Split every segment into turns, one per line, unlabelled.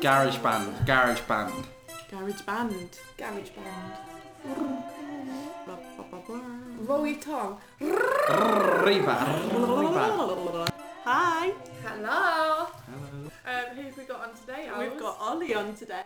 Garage band, garage band.
Garage band.
Garage band.
Blah, blah, blah, blah.
Roll your tongue.
Reba. Reba.
Oh. Hi,
Hello.
Hello.
Um, who have we got on today?
we've
Owls?
got Ollie on today,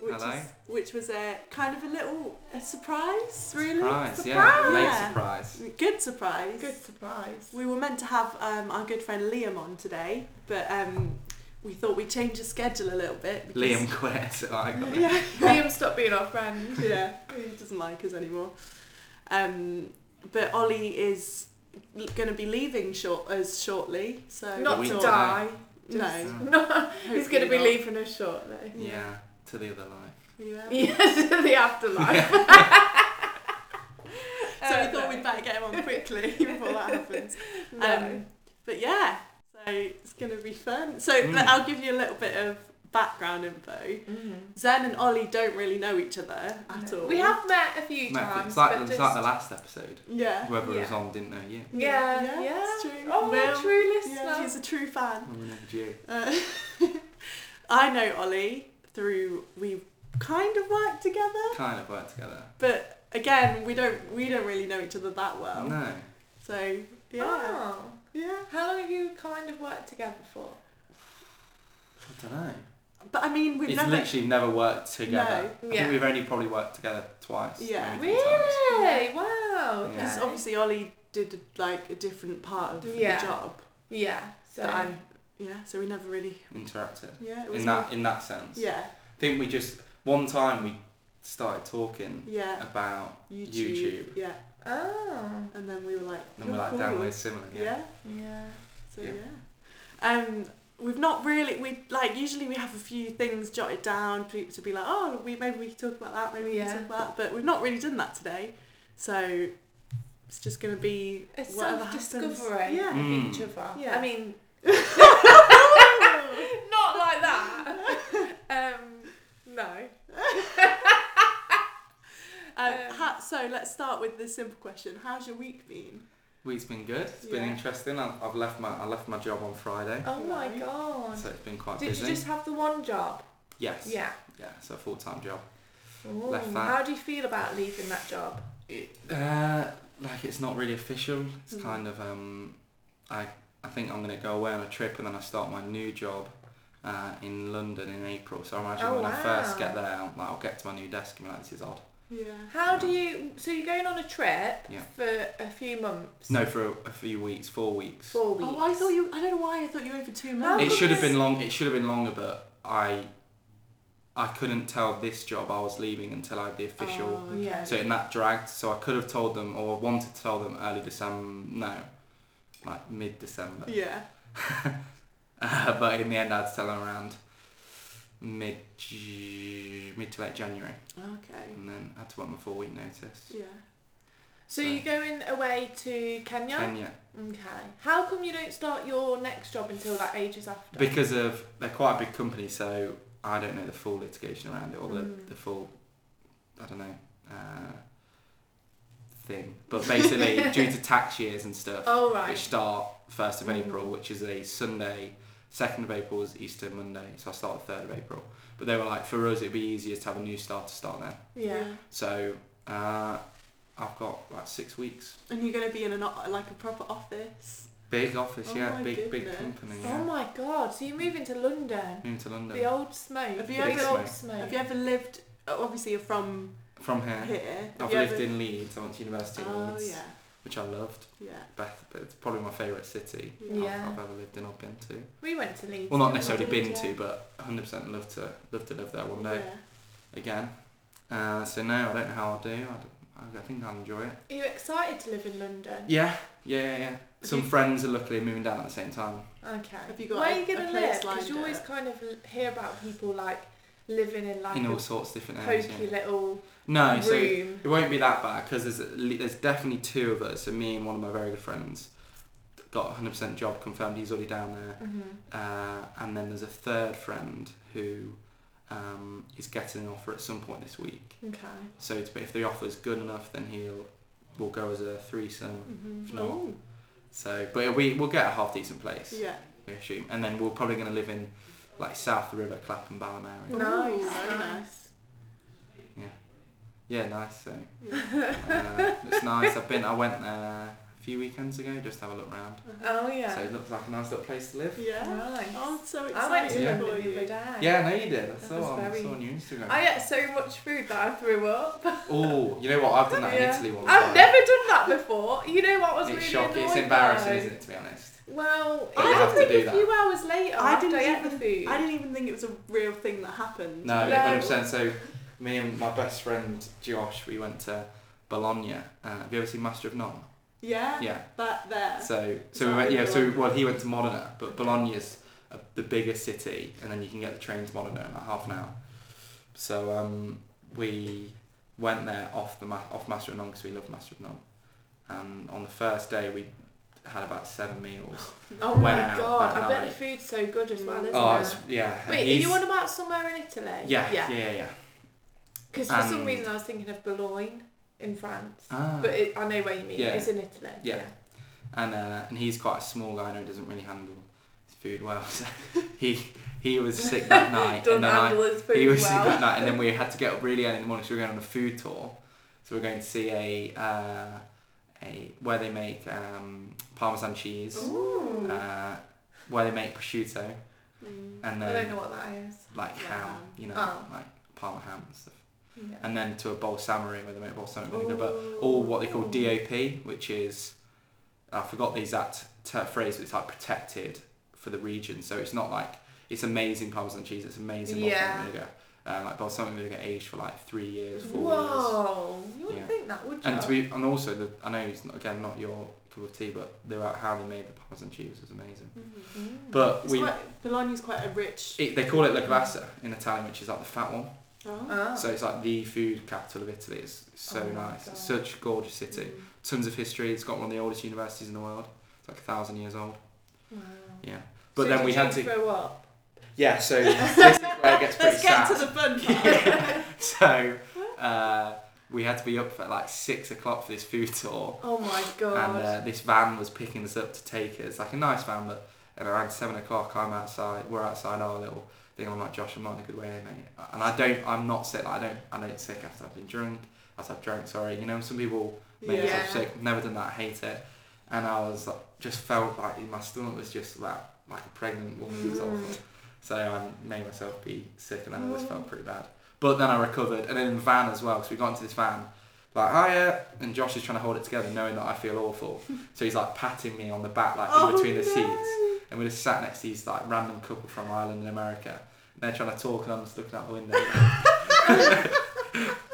which
Hello.
is which was a kind of a little a surprise, really.
Surprise, yeah. Late
Yeah.
surprise.
Good surprise.
good surprise.
We were meant to have um, our good friend Liam on today, but um, we thought we'd change the schedule a little bit. because-
Liam quit. I got it.
Yeah.
Liam stopped being our friend.
yeah, he doesn't like us anymore. Um, but Ollie is going to be leaving short us shortly, so
Not
We
to
don't.
die.
no,
just-
No, he's going to be
uh, not.
leaving us shortly.
Yeah, to the other life.
yeah.
Yeah, to the afterlife.
So we
Um,
thought we'd better get him on quickly before that happens.
no.
Um, but yeah, so it's going to be fun. So
Mm.
but I'll give you a little bit of background info.
Mhm.
Zen and Ollie don't really know each other at all.
We have met a few
No,
times.
it's like,
but
it's
just-
like the last episode.
Yeah.
Whoever was
Yeah.
on didn't know you.
Yeah, yeah.
It's true.
Oh, we're
Will.
true
Yeah,
listeners.
he's a true fan.
I remembered you.
Uh, I know Ollie through we kind of worked together,
Kind of worked together.
but again we don't we don't really know each other that well.
No.
So yeah,
Oh.
yeah.
How long have you kind of worked together for?
I don't know.
But I mean we've
it's
never
literally never worked together. I
Yeah.
think we've only probably worked together twice.
Yeah.
maybe three times.
Really? Wow.
Yeah.
because
okay.
obviously Ollie did like a different part of
Yeah.
the job
Yeah. So
that I'm yeah. So we never really
Interacted.
yeah. It was
In that in that sense.
yeah
I think we just one time we started talking
yeah
about
YouTube,
Uh, YouTube.
yeah,
Oh.
and then we were like
and we're
"You're
like
cool."
download similar.
yeah.
Yeah.
So yeah.
Yeah.
Um, we've not really we like usually we have a few things jotted down to, to be like oh we maybe we could talk about that maybe we
Yeah.
can talk about that but we've not really done that today, so it's just gonna be
It's
whatever
self-discovery.
happens. Yeah.
Mm.
Each other.
Yeah.
I mean, not like that. um, no.
Um,
Um,
ha- so let's start with the simple question: How's your week been?
Week's been good. It's been
Yeah.
interesting. I've, I've left my I left my job on Friday,
Oh my
Right.
god.
so it's been quite
Did
busy.
you just have the one job?
Yes.
Yeah.
Yeah. So a full time job.
Ooh,
Left that.
How do you feel about leaving that job?
It, uh, like it's not really official. It's
Hmm.
Mm.
kind of um, I I think I'm gonna go away on a trip and then I start my new job. Uh, in London in April, so I imagine
Oh,
when I first
wow.
get there, I'll- like, I'll get to my new desk and be like, "This is odd."
Yeah.
How do you? So you're going on a trip
Yeah.
for a few months.
No, for a, a few weeks, four weeks.
Four weeks.
Oh, I thought you. I don't know why I thought you were in for two months.
It should have been long. It should have been longer, but I, I couldn't tell this job I was leaving until I had the official.
Oh, okay.
Yeah.
So and that dragged. So I could have told them, or wanted to tell them early December. No, like mid December.
Yeah.
Uh, but in the end, I had to tell them around mid Ju- mid to late January,
Okay.
and then had to work my four week notice.
Yeah.
So you're going away to Kenya?
Kenya,
Okay. How come you don't start your next job until like ages after?
because of they're quite a big company, so I don't know the full litigation around it or the,
Mm.
the full, I don't know, uh, thing. But basically, due to tax years and stuff,
Oh
which
right.
start first of
Mm.
April, which is a Sunday. Second of April is Easter Monday, so I start the third of April. But they were like, for us, it'd be easier to have a new start to start then.
Yeah.
So uh, I've got like six weeks.
And you're gonna be in an o- like a proper office.
Big office,
Oh
yeah,
my
big big
goodness.
company.
Oh
Yeah.
my god. So you're moving to London.
Moving to London
The old smoke.
Have you
the big
ever-
old smoke.
Have you ever lived? oh, Obviously, you're from
from here.
here. Have
I've
you
lived
ever-
in Leeds. I went to university in
Oh
Leeds,
yeah,
which I loved.
yeah.
Beth, but it's probably my favourite city I've-
Yeah.
I've ever lived in or been to.
We went to Leeds.
Well, not
didn't
necessarily
we?
been
Yeah.
to, but 100% love to love to live there one day.
Yeah.
again. Uh, so no, I don't know how I'll do. I, don't- I think I'll enjoy it.
Are you excited to live in London?
Yeah, yeah, yeah. yeah. Some
you-
friends are luckily moving down at the same time.
Okay.
Have you got
Where
a-
are you gonna
a place
live? Because you
lined
always
up?
kind of l- hear about people like living in like
in
a
all sorts of different areas.
pokey
Yeah.
little
No, so it
room.
won't be that bad because there's at le- there's definitely two of us. So me and one of my very good friends got 100% job confirmed. He's already down there.
Mhm.
Uh, and then there's a third friend who um, is getting an offer at some point this week.
Okay.
So it's, if the offer's good enough, then he'll will go as a threesome.
Mhm.
Mm-hmm.
If not, So, but we we'll get a half decent place,
Yeah.
we assume, and then we're probably going to live in like south of the river, Clapham, Balham area.
Nice,
Ooh, very
nice.
Yeah, nice. So
Yeah.
uh, it's nice. I've been. I went there a few weekends ago just to have a look round.
Oh yeah.
So it looks like a nice little place to live.
yeah.
Nice.
Oh, I'm so
I went to
excited
Yeah.
London
for
the other
you.
day.
Yeah, I know you did. I
was
saw, I
very- Oh,
saw on your Instagram.
I ate so much food that I threw up.
oh, you know what? I've done that in
Yeah.
Italy once.
I've never done that before. You know what was
It's
really
shocking. It's
annoying
embarrassing,
though?
isn't it? To be honest.
Well,
But
I
you
don't
have to
think
do
a
that.
few hours later
I
after I
didn't
ate the
even-
food.
I didn't even think it was a real thing that happened.
No,
No.
100%. So, me and my best friend Josh, we went to Bologna. Uh, have you ever seen Master of None?
Yeah.
Yeah.
That there.
So,
Is
so we went,
that where
yeah.
you
So,
went?
well, he went to Modena, but Bologna's a, the bigger city, and then you can get the train to Modena in like half an hour. So, um, we went there off the ma- off Master of None because we love Master of None. And on the first day, we had about seven meals.
Oh
Wow,
my god!
that
I bet
night.
the food's so good as well, isn't
Oh,
it?
it's, yeah. and
Wait,
he's-
are you on about somewhere in Italy?
yeah, yeah, yeah, yeah.
Because for some
And-
reason I was thinking of Boulogne in France,
Ah.
but it, I know where you mean.
Yeah.
It's in Italy.
Yeah. and uh, and he's quite a small guy and he doesn't really handle his food well. So he he was sick that night,
Don't
and then I,
handle his food
he was sick
well.
that night, and then we had to get up really early in the morning. So we were going on a food tour. So we we're going to see a uh, a where they make um, parmesan cheese,
Ooh.
uh, where they make prosciutto,
Mm.
and
I don't know
then
what that is.
like
Yeah.
ham, you know,
Oh.
like parma ham and stuff.
Yeah.
And then to a balsamari where they make balsamic vinegar, but
Ooh.
or what they call DOP, which is I forgot the exact ter- phrase, but it's like protected for the region. So it's not like it's amazing parmesan cheese. It's amazing balsamic
Yeah.
vinegar, um, like balsamic vinegar aged for like three years, four years.
Whoa! You wouldn't
Yeah.
think that, would you?
And to be, and also the, I know it's not, again not your cup of tea, but the uh, how they made the parmesan cheese was amazing.
Mhm.
Mm.
But
It's
we
quite, Bologna's quite a rich.
it, they call it la glassa in Italian, which is like the fat one.
Oh.
Ah.
So it's like the food capital of Italy. It's so
Oh my
nice.
God.
It's such a gorgeous city. tons of history. It's got one of the oldest universities in the world. It's like a thousand years old.
Wow.
Yeah. But
So
then
did
we
you
had to.
throw up.
Yeah. So this is where it gets pretty
Let's
sad.
get to the fun part.
Yeah. So uh, we had to be up at like six o'clock for this food tour,
Oh my god!
and uh, this van was picking us up to take us. Like a nice van, but and around seven o'clock, I'm outside. We're outside our little thing. I'm like, Josh, I'm not in a good way, mate. And I don't. I'm not sick. Like, I don't. I don't sick after I've been drunk. After I've drunk, sorry. You know, some people made
Yeah.
myself sick. Never done that. I hate it. And I was like, just felt like in my stomach was just like like a pregnant woman. It was
Mm. Mm.
awful. So I made myself be sick, and I always felt pretty bad. But then I recovered, and then in the van as well. Because we got into this van, like hiya, and Josh is trying to hold it together, knowing that I feel awful. so he's like patting me on the back, like
Oh,
Oh,
in between the seats and we just sat next to these like random couple from Ireland and America. And they're trying to talk, and I'm just looking out the window.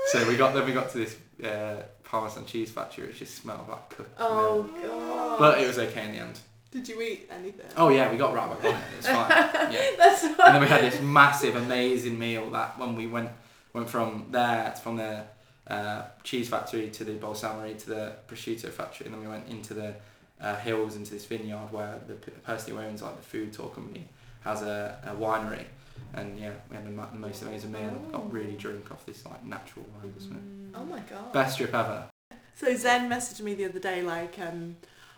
so we got then we got to this uh, parmesan cheese factory, which just smelled like cooked
Oh
milk.
god!
But it was okay in the end.
Did you eat anything?
Oh yeah, we got right back on it. It's fine. Yeah.
That's
And
what.
then we had this massive, amazing meal that when we went went from there from the uh, cheese factory to the balsamari to the prosciutto factory, and then we went into the uh, hills into this vineyard where the p- person who owns like the food tour company has a, a winery, and yeah, we had the, ma- the most amazing meal. and Got really drunk off this like natural wine. wasn't it?
Oh my god!
Best trip ever.
Mm. So Zen messaged me the other day like, um,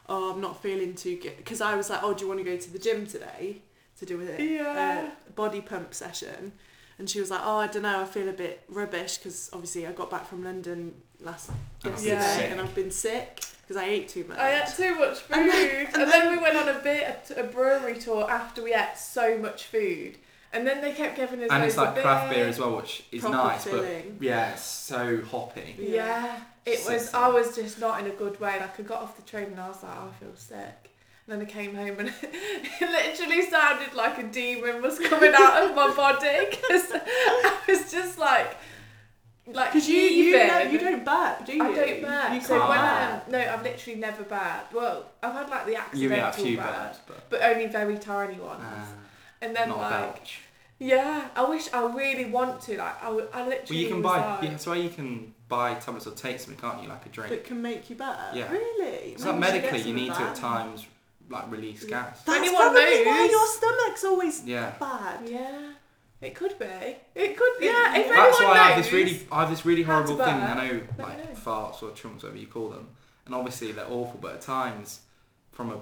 oh, I'm not feeling too good because I was like, oh, do you want to go to the gym today to do with it?
Yeah.
uh, body pump session. And she was like, oh, I don't know, I feel a bit rubbish because obviously I got back from London last
And I've
yesterday
been sick.
and I've been sick because I ate too much.
I ate too much food,
And
and
then-
then,
and then-
we went on a bit a brewery tour after we ate so much food, and then they kept giving us.
And it's
loads of
like craft beer as well, which is
Proper
nice,
filling.
but yeah, it's so hoppy.
Yeah.
Yeah. it was.
Sick.
I was just not in a good way. Like I got off the train and I was like, oh, I feel sick. And then I came home and it literally sounded like a demon was coming out of my body because I was just like, like
Because you you,
heaving.
don't- you don't burp, do you?
I don't burp.
You
so
can't
when
burp.
I'm, no, I've literally never burped. Well, I've had like the
You
accidental
get a few
burp,
birds, but
but only very tiny ones.
uh,
and then
not a
like,
belch.
yeah, I wish I really want to. Like, I, w- I literally.
Well, you can
was
buy.
like-
Yeah, that's why you can buy tablets or take something, can't you? Like a drink.
That can make you burp.
Yeah.
Really?
It's like
Maybe we should get
medically, you
some of
need to
that.
at times like release
Yeah.
gas.
That's
Anyone
probably why
knows?
your stomach's always
Yeah.
bad.
Yeah, it could be. It could. Yeah, if anyone
That's why I have
knows.
this really, I have this really
how to
horrible thing. I
burp, me
know, like
know.
farts or chunks, whatever you call them, and obviously they're awful. But at times, from a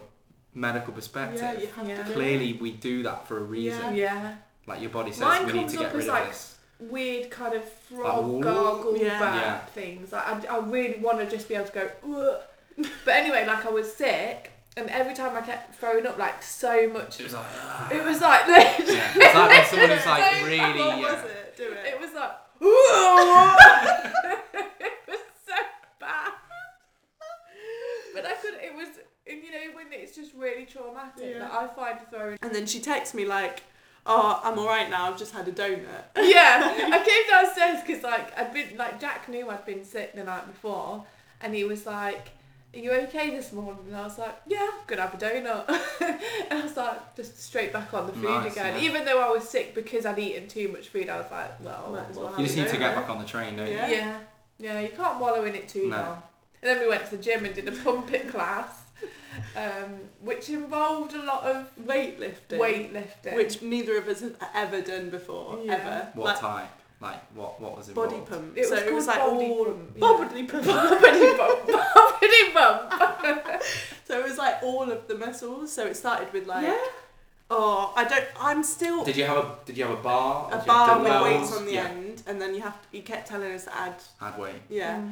medical
Yeah,
perspective,
you have
Yeah.
to. do it.
clearly we do that for a reason.
Yeah.
Like your body says,
Mine
we need
comes
to
up
get rid
as,
of
like,
this.
Weird kind of frog
ooh.
gargle
Yeah.
back
Yeah.
things. Like I, I really want to just be able to go. "Ugh." But anyway, like I was sick, and every time I kept throwing up, like so much.
It was like,
It was like this.
yeah. It's like when someone who's
So
like
bad,
really. uh,
what
yeah.
was it? Do it.
It was like. it was so bad. But I could. It was. And you know when it's just really traumatic.
Yeah.
That I find throwing.
And then she texts me like, "Oh, I'm all right now. I've just had a donut."
yeah, I came downstairs because like I'd been like Jack knew I'd been sick the night before, and he was like, "Are you okay this morning?" And I was like, "Yeah, I'm gonna have a donut." and I was like, just straight back on the food
Nice,
again,
yeah.
even though I was sick because I'd eaten too much food. I was like, "Well,
Might as
well,
well
You just
Yeah.
need to get back on the train, don't you?
Yeah.
Yeah, yeah, you can't wallow in it too
No.
long. And then we went to the gym and did a pump it class, um, which involved a lot of
Weightlifting.
weightlifting.
Which neither of us have ever done before,
Yeah.
ever.
What
like
type? Like what? What was involved?
body pump.
It
so
was
it was
called body
like all
pump, yeah.
bodily pump.
Bumpity bump, bumpity bump.
so it was like all of the muscles. So it started with like,
Yeah.
oh, I don't. I'm still
Did you have a Did you have a bar?
a
Did you
bar
have
with
dumbbells?
weights on the
yeah.
end, and then you have. To, he kept telling us to add.
Add weight.
Yeah.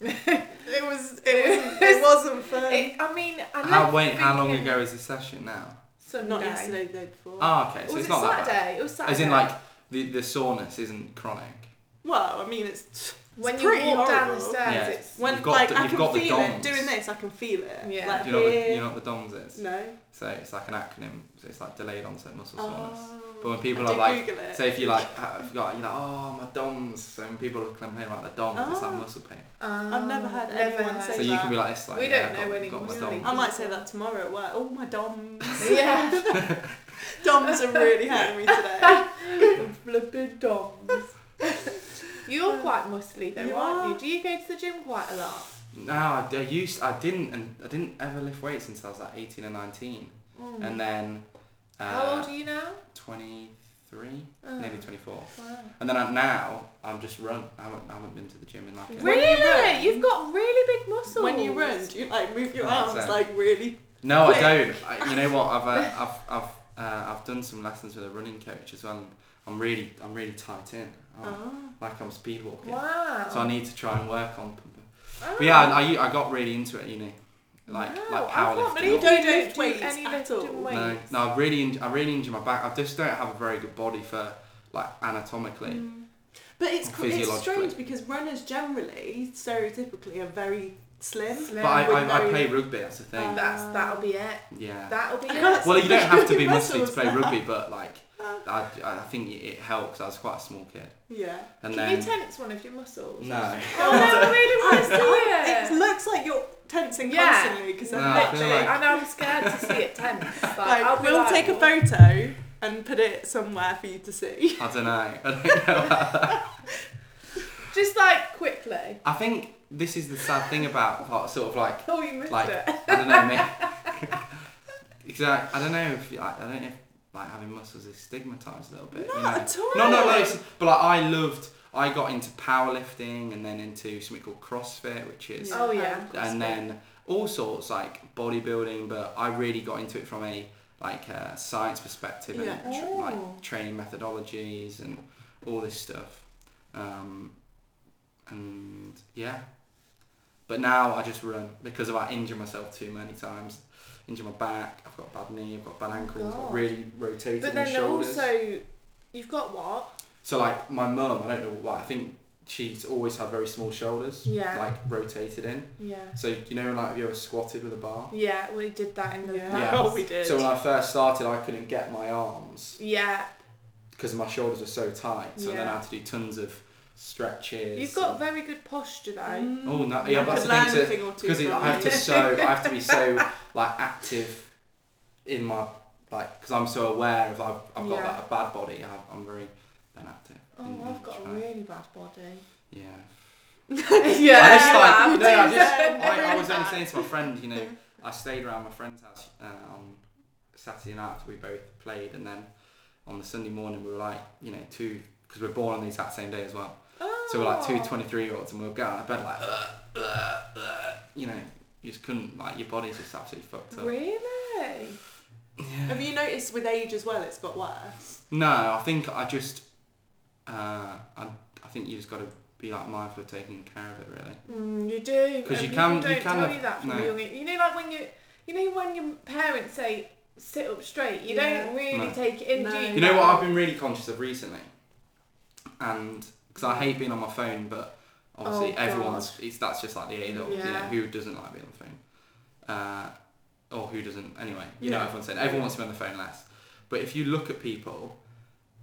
It was.
It
It wasn't. It wasn't fun.
It, I mean, I
How
left
wait? How long
thinking-
ago is this session now?
Sunday.
Not yesterday, the day before.
Ah, okay. So
was
it's
it
not that bad.
Saturday? It was Saturday.
As in, like the the soreness isn't chronic.
well, I mean, it's
when
it's
you walk
pretty
down the
horrible.
stairs,
Yeah.
it's
when
You've got
like
the-
I
you've
can
got the
feel it
DOMS.
doing this. I can feel it.
Yeah.
Like
Do you know what the, you
here.
know what the DOMS is?
No.
So it's like an acronym. So it's like delayed onset muscle
Ah.
soreness.
Oh.
But when people
I
are
did
like,
Google it.
say if you like have got, you're like, oh my DOMS. So when people complain about the DOMS, it's like
Ah.
Oh.
muscle pain.
Um,
never had
never
anyone
had
say
So
Like
you
that.
can be like, it's like
We
yeah,
don't
I've
know
got,
any
got my
muscle
DOMS.
I might say that tomorrow at work. Oh my doms.
Yeah.
doms are really hurting me today.
Flipping doms. You're quite muscly though,
You
aren't
are.
you? Do you go to the gym quite a lot?
No, I, I used I didn't and I didn't ever lift weights until I was like eighteen or nineteen,
Mm.
and then uh,
Oh How old are you now?
Twenty three,
Oh,
nearly twenty four,
wow.
and then I, now I'm just run. I haven't, I haven't been to the gym in like a-
When you
Really?
run-
You've got really big muscles.
when you run, do you like move your
That's
arms
it.
like really?
no, I
Quick.
don't. I, you know what? I've uh, I've I've uh, I've done some lessons with a running coach as well. And I'm really I'm really tight in, I'm,
Oh.
like I'm speed walking.
Uh-huh. Wow.
So I need to try and work on.
Oh.
But yeah, I, I, I got really into it at uni, like
Wow,
like
Oh, I can't
powerlifting.
believe
and all.
You
don't
don't
lift
do
weights
any
at
lifting
all.
weights.
No, no, I really, inj- I really injure my back. I just don't have a very good body for like anatomically.
Mm. But it's cr- it's
Physiologically.
strange because runners generally stereotypically are very slim.
But I,
With
I, I
no-
play rugby. That's the thing.
Uh,
That's that'll be it.
yeah.
That'll be
I
it.
can't-
well, you don't have to be muscly
Muscles
to play
now.
rugby, but like, I, I think it helps. I was quite a small kid,
Yeah.
and
Can
then
you tense one of your muscles?
no.
Oh, no, I really want to
It
see it.
looks like you're tensing
Yeah.
constantly because
No,
I'm
I feel
literally.
like-
And I'm scared to see it tense. Like,
Like,
I'll be
we'll
like,
take a
"What?"
photo and put it somewhere for you to see.
I don't know. I don't know.
Just like quickly.
I think this is the sad thing about like, sort of like
Oh, you missed
Like-
it.
I don't know, mate. exactly. I don't know if like, I don't know if like having muscles is stigmatized a little bit. you
Not
know?
at all.
No, no, no. it's- But like, I loved. I got into powerlifting and then into something called CrossFit, which is
Oh, yeah.
and then all sorts like bodybuilding. But I really got into it from a like a science perspective and
Yeah.
tr-
Oh.
like training methodologies and all this stuff. Um, and yeah, but now I just run because I injure myself too many times. Injure my back. I've got a bad knee. I've got bad ankles. I've got
Oh God.
really rotating
But then they're
shoulders.
also, you've got what?
So like my mum, I don't know why. I think she's always had very small shoulders,
Yeah.
like rotated in.
Yeah.
So you know, like if you ever squatted with a bar.
Yeah, we did that in the
Yeah.
Yeah.
Oh, we did.
So when I first started, I couldn't get my arms
Yeah.
because my shoulders were so tight. So then
Yeah.
I had to do tons of stretches.
You've got
and-
very good posture though.
Mm.
Oh, no,
I
yeah, but
could
that's
learn
the
a
thing
thing or two
because I
from
have
you.
to so I have to be so like active in my like because I'm so aware of I've, I've got
Yeah.
like, a bad body. I've, I'm very inactive.
Oh, I've got a really bad body.
yeah.
Yeah,
I just
you
like,
have.
no, I, just,
Yeah.
I, I was only saying to my friend, you know, I stayed around my friend's house uh, on Saturday night after we both played, and then on the Sunday morning we were like, you know, two because we're born on the exact same day as well,
Oh.
so we're like two 23 year olds, and we'll go out of bed like, uh, uh, uh, you know, you just couldn't like your body's just absolutely fucked up.
Oh, Really?
Yeah.
Have you notice with age as well, it's got worse.
No, I think I just, uh, I, I think you just got to be like mindful of taking care of it really.
Mm, you do.
'Cause
and
you
people
can- you
don't
can
tell
have-
you that from
no.
a young age. You know, like when you, you know, when your parents say sit up straight, you don't
Yeah.
really
No.
take it in.
No.
Do you?
You know what I've been really conscious of recently, and because I hate being on my phone, but obviously
Oh,
everyone's it's that's just like the age old. You know,
Yeah.
who doesn't like being on the phone, uh, or who doesn't anyway? You know,
Yeah.
everyone's saying everyone wants to be on the phone less, but if you look at people,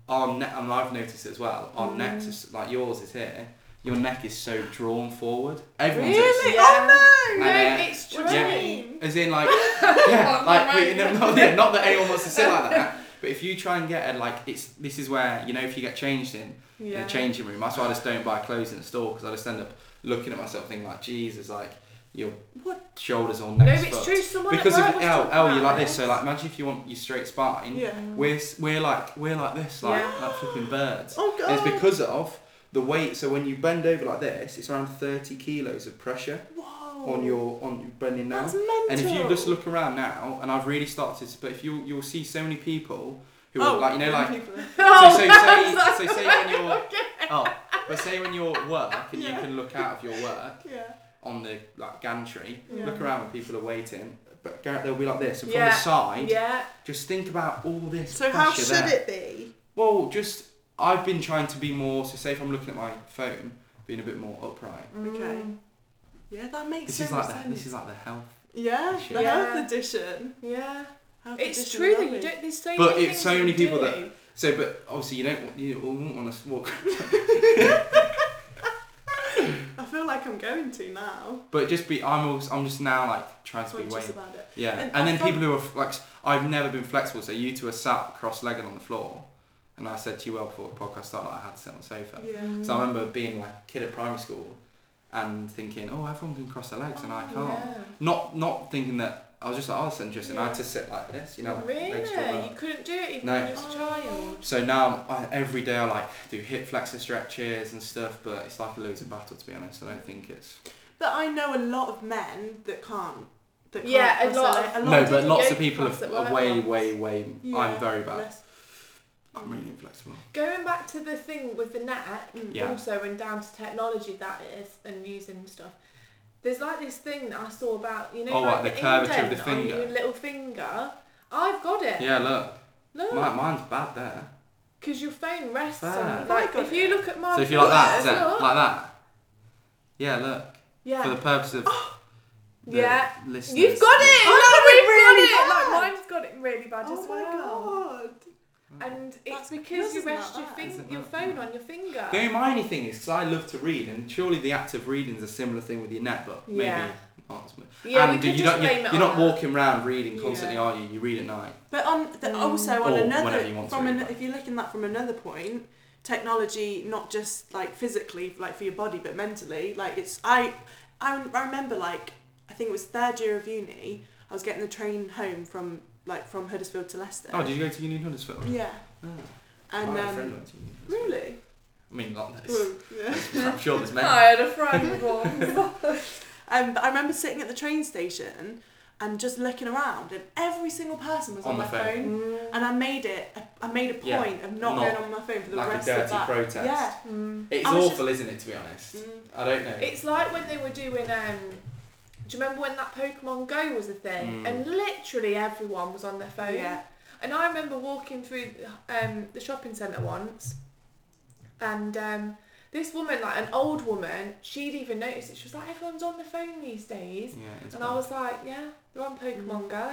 our neck and I've noticed as well, our
Mm.
necks is like yours is here. Your neck is so drawn forward. Everyone's
Really?
really?
Oh
no!
No,
And, uh,
it's true.
What do you
Yeah.
mean?
as in like yeah,
On
like
my
wait, no,
own.
not, yeah, not that anyone wants to sit like that. But if you try and get a, like it's this is where you know if you get changed in, in
Yeah.
a changing room. That's why I just don't buy clothes in the store because I just end up looking at myself thinking like, Jesus, like your what shoulders all
No,
next.
it's true. Someone
Because
at
if
work was
L
talking
L you
about
like this, so like imagine if you want your straight spine.
Yeah.
Mm.
We're s- we're like we're like this, like
Yeah.
like flipping birds.
Oh
And
god.
it's because of the weight. So when you bend over like this, it's around thirty kilos of pressure
Whoa.
Oh.
on your on your bending now.
That's mental.
And if you just look around now, and I've really started, to, but if you you'll see so many people who
oh,
are like you know like
people-
so
Oh,
say
I'm
say, so say when you're oh but say when you're at work and
Yeah.
you can look out of your work
yeah.
on the like gantry,
Yeah.
look around when people are waiting, but Garrett they'll be like this, and from
Yeah.
the side,
yeah.
just think about all this.
So how
pressure
should
there.
it be?
Well, just I've been trying to be more. So say if I'm looking at my phone, being a bit more upright.
Okay.
Mm.
Yeah, that makes
This
so
is
much
like the,
sense.
this is like the health.
yeah,
issue.
the
Yeah.
health edition.
Yeah.
Health
It's
edition
true
would
that you
be-
don't. There's so
But
many
it's so
things
many
you
people
do.
that- So, but obviously you don't want- you wouldn't want to walk.
I feel like I'm going to now.
But just be. I'm also, I'm just now like trying to be way.
Conscious about it.
Yeah,
And
and,
I
then
find-
people who are like, I've never been flexible. So you two are sat cross-legged on the floor, and I said to you well before the podcast started, like, I had to sit on the sofa.
Yeah.
So I remember being like a kid at primary school and thinking, oh, everyone can cross their legs and
Oh,
I can't.
Yeah.
Not not thinking that I was just like, oh, that's interesting. I had
Yeah.
to sit like this, you know. like, legs drawn
Really?
up.
You couldn't do it even
No.
when you was a child.
So now I, every day I like do hip flexor stretches and stuff, but it's like a losing battle to be honest. I don't think it's
But I know a lot of men that can't. That can't
Yeah, a
cross their
lot of-
leg- a lot
no,
of
but
people
lots
go
of people
past
are,
at work
are way,
once.
way, way.
Yeah,
I'm very bad.
less-
I'm really inflexible.
Going back to the thing with the neck,
Mm.
Yeah.
also and down to technology that is and using stuff. There's like this thing that I saw about you know
Oh,
like
like the curvature of
indent
the
on
finger.
your little finger. I've got it.
Yeah, look,
Look,
my, mine's bad there.
because your phone rests on
Bad.
it. Like
I've
if
got
you
it.
look at my
So if you like that,
fingers,
then,
look.
like that. Yeah, look.
yeah,
For the purpose of the
yeah.
listeners.
You've got it.
I've got
Look,
it
we've
really
got it.
bad.
Like mine's got it really bad
Oh
as
my
well.
god.
And it's
That's
because you
isn't that
rest your
bad?
fing-
Isn't
your
that
phone
bad?
on your finger.
The only minor thing is because I love to read, and surely the act of reading is a similar thing with your net, but maybe
Yeah.
not as much.
Yeah, we
and
could
you
just
don't, you're,
blame it
you're
on
not
that.
walking around reading constantly,
Yeah.
are you? You read at night.
But on the,
Mm.
also on
Or
another
whenever you want to,
from an,
but-
if you're looking that from another point, technology not just like physically like for your body but mentally like it's I I, I remember like I think it was third year of uni I was getting the train home from like from Huddersfield to Leicester.
Oh, did you go to Union Huddersfield?
Yeah,
Oh.
and
I had a friend
um,
who went to Union Huddersfield.
really.
I mean, not this.
Well, yeah.
I'm sure there's many.
I had a friend once.
Um, but I remember sitting at the train station and just looking around, and every single person was on,
On the
their phone. And I made it. I made a
Yeah,
point of
not
not, going on my phone for the
Like a
rest of
dirty
that.
protest.
Yeah.
Mm.
It's
I was
awful, isn't it, to be honest?
Mm.
I don't know.
It's like when they were doing. Um, do you remember when that Pokemon Go was a thing,
Mm.
and literally everyone was on their phone?
Yeah.
And I remember walking through um, the shopping centre once, and um, this woman, like an old woman, she'd even noticed it. She was like, "Everyone's on the phone these days,"
yeah, it's
and
bad.
I was like, "Yeah, they're on Pokemon Go."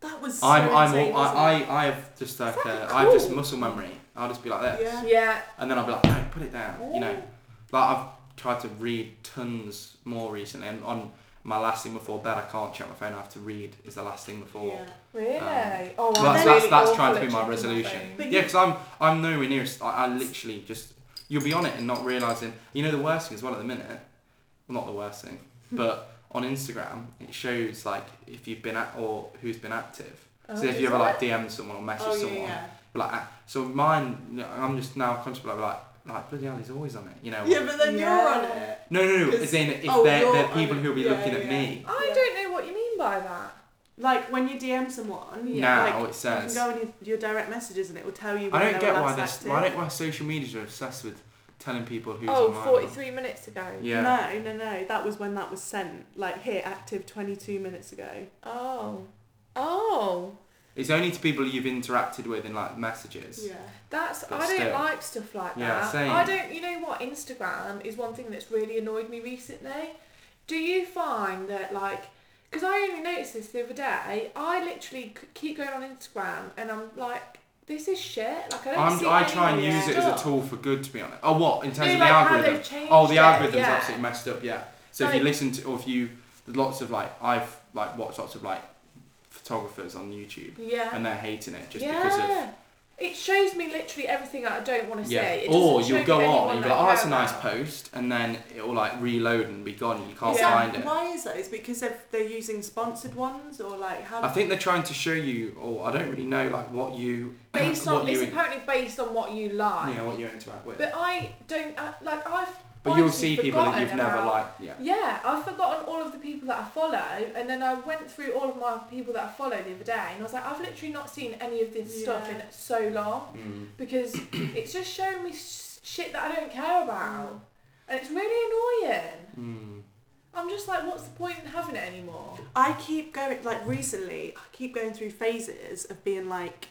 That was. So
I'm, I'm
insane,
all,
wasn't it?
I, I, I have just like,
that
uh, I have just
cool?
muscle memory. I'll just be like this.
Yeah.
Yeah.
And then I'll be like, no, put it down, you know. Like I've tried to read tons more recently, and on my last thing before bed, I can't check my phone. I have to read is the last thing before.
Yeah.
Really?
Um,
oh,
Well,
I'm
that's,
really
that's, that's
awful
trying to
at
be my
checking
resolution.
phone.
But
Yeah,
you-
because I'm I'm nowhere near. as- I, I literally just you'll be on it and not realizing. You know the worst thing as well at the minute. Well, not the worst thing,
Hmm.
but on Instagram it shows like if you've been at or who's been active.
Oh,
so if
is
you ever like
it?
DM someone or message
Oh yeah,
someone,
yeah.
like ah, so mine. you know, I'm just now conscious about like like bloody hell, he's always on it. You know.
Yeah, but then you're on
Yeah.
it.
No, no, no.
Because-
As in, if
oh,
they're,
you're
they're
on
people
it.
who will be
Yeah,
looking at
yeah.
me.
I
Yeah.
don't know what you mean by that.
Like when you DM someone,
Yeah.
now
like,
it
you can
says.
go on your, your direct messages and it will tell you.
I
when
don't
they were
get why
last
this.
active.
Why don't why social media's are obsessed with telling people who's
Oh,
online.
43 minutes ago.
Yeah.
No, no, no. That was when that was sent. Like here, active 22 minutes ago.
Oh. Oh.
It's only to people you've interacted with in like messages.
Yeah.
That's
But
I don't
still.
like stuff like
Yeah,
that.
same.
I don't you know what Instagram is one thing that's really annoyed me recently. Do you find that like because I only noticed this the other day, I literally c- keep going on Instagram and I'm like this is shit. Like I don't
I'm,
see
I try and
any
use it as a
stuff.
tool for good, to be honest. Oh, what in
No,
terms
like
of the
how
algorithm?
they've changed
Oh, the
it,
algorithm's
yeah.
absolutely messed up. Yeah. So if
Like-
you listen to, or if you, there's lots of like, I've like watched lots of like photographers on YouTube,
Yeah.
and they're hating it just
yeah.
because of
it shows me literally everything that I don't want to
yeah.
see. It
or
doesn't show
you'll
me
go
anyone
on, and you'll be
that
like,
I
oh, that's a
care
nice
about."
post, and then it will like reload and be gone, and you can't
Is
Yeah.
find
that,
it.
why is that? It's because they're, they're using sponsored ones or like how?
I think they're trying to show you, or I don't really know, like what you,
Based
what
on
you,
it's
in-
apparently based on what you like.
you know, what you interact with.
But I don't I, like I've.
But you'll
honestly
see people that
forgotten
you've never
about-
liked. Yeah.
Yeah, I've forgotten all of the people that I follow, and then I went through all of my people that I follow the other day, and I was like, I've literally not seen any of this stuff
Yeah.
in so long
Hmm.
Mm.
because it's just showing me sh- shit that I don't care about, and it's really annoying.
Mm.
I'm just like, what's the point in having it anymore?
I keep going like recently. I keep going through phases of being like,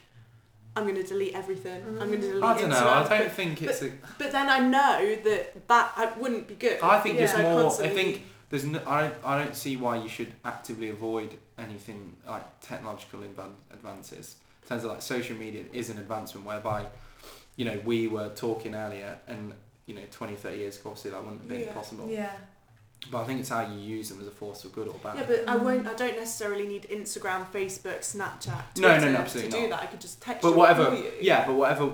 I'm gonna delete everything. I'm gonna
Mm.
delete.
I don't know.
Instagram.
I don't think it's. A,
But then I know that that I wouldn't be good.
I think there's
Yeah.
So
more. I
constantly-
think there's. No, I don't. I don't see why you should actively avoid anything like technological advan- advances. In terms of like social media is an advancement whereby, you know, we were talking earlier and you know 20, 30 years ago, obviously that wouldn't have been
Yeah.
possible.
Yeah.
But I think it's how you use them as a force for good or bad.
Yeah, but I
Mm.
won't. I don't necessarily need Instagram, Facebook, Snapchat.
No, no,
Twitter
no, absolutely
To do
not.
that, I could just text. you
But
or
whatever,
call you.
yeah. But whatever,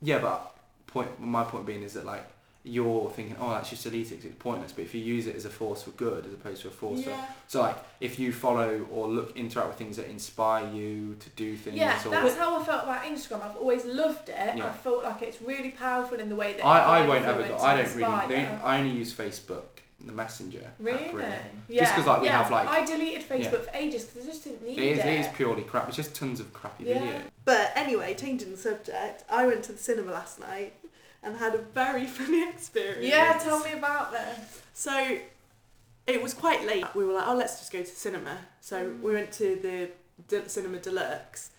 yeah. But point. My point being is that like you're thinking, oh, that's just delete it 'cause it's pointless. But if you use it as a force for good, as opposed to a force for
Yeah.
so like if you follow or look interact with things that inspire you to do things.
Yeah,
or,
that's how I felt about Instagram. I've always loved it.
Yeah.
I felt like it's really powerful in the way that
I, I
it
won't ever go.
influences
I don't
life.
really. I only use Facebook, the Messenger. app,
Really? Yeah.
'cause, like, we
yeah.
have, like-
I deleted Facebook for
Yeah.
ages because I just didn't need
It is,
it.
it is purely crap. It's just tons of crappy
Yeah.
videos.
But anyway, changing the subject, I went to the cinema last night and had a very funny experience.
Yeah, tell me about this.
So it was quite late. We were like, oh, let's just go to the cinema. So
Mm.
we went to the de- cinema deluxe,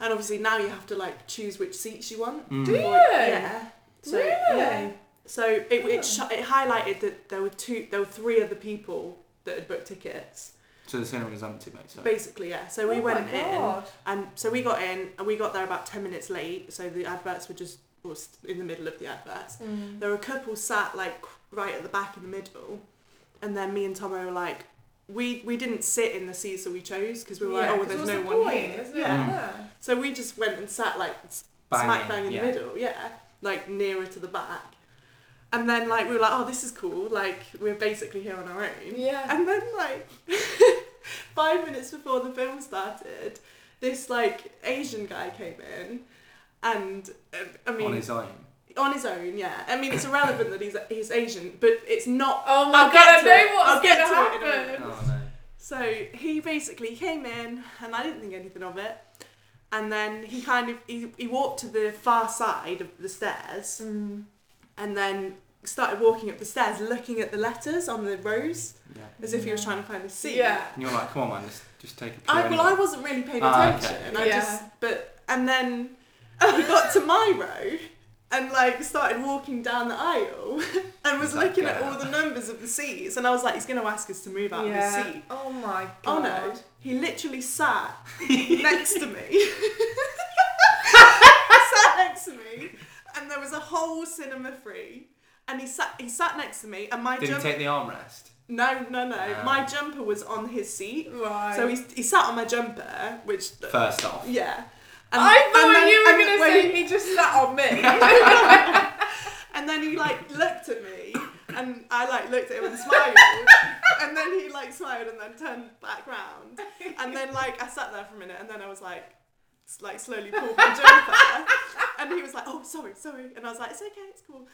and obviously now you have to like choose which seats you want.
Mm.
Do you?
Yeah. So,
really?
Yeah. So it
Yeah.
it, sh- it highlighted that there were two, there were three other people that had booked tickets.
So the cinema is empty, mate. So.
Basically, yeah. So we
Oh my
went in,
God.
and so we got in, and we got there about ten minutes late. So the adverts were just was in the middle of the adverts. There were a couple sat like right at the back in the middle, and then me and Tomo were like, we we didn't sit in the seats that we chose because we were
Yeah,
like, oh,
'cause
there's
what's
no
the
one
point,
here.
isn't it?
Yeah.
So we just went and sat like s-
Bang
smack
in,
bang in
yeah.
the middle, yeah, like nearer to the back. And then like we were like, oh, this is cool. Like we're basically here on our own.
Yeah.
And then like five minutes before the film started, this like Asian guy came in, and uh, I mean
on his own.
on his own, yeah. I mean it's irrelevant that he's he's Asian, but it's not.
Oh my
I'll
god, I
get to
know
it.
what's
I'll get
gonna
to it in a
happen.
minute.
Oh no.
So he basically came in, and I didn't think anything of it. And then he kind of he, he walked to the far side of the stairs,
Mm,
and then started walking up the stairs, looking at the letters on the rows
Yeah.
as if he was trying to find a seat.
Yeah.
And you're like, come on, man, just just take a. pew
I, well,
anyway."
I wasn't really paying
Ah,
attention.
okay.
I
Yeah.
just, but, and then we got to my row and like started walking down the aisle and was
He's like,
looking at
"Yeah."
all the numbers of the seats. And I was like, he's going to ask us to move out of the seat.
Oh my god.
Oh no, he literally sat next to me. sat next to me. And there was a whole cinema free. And he sat, he sat next to me, and my
Did he
jumper.
take the armrest?
no, no, no.
Ah.
My jumper was on his seat,
Right.
so he, he sat on my jumper, which
First off.
yeah.
I thought
and then-
you were
and
gonna
then-
say he just sat on me.
And then he like looked at me, and I like looked at him and smiled, and then he like smiled and then turned back round, and then like I sat there for a minute, and then I was like, s- like slowly pulled my jumper, and he was like, oh sorry, sorry, and I was like, it's okay, it's cool.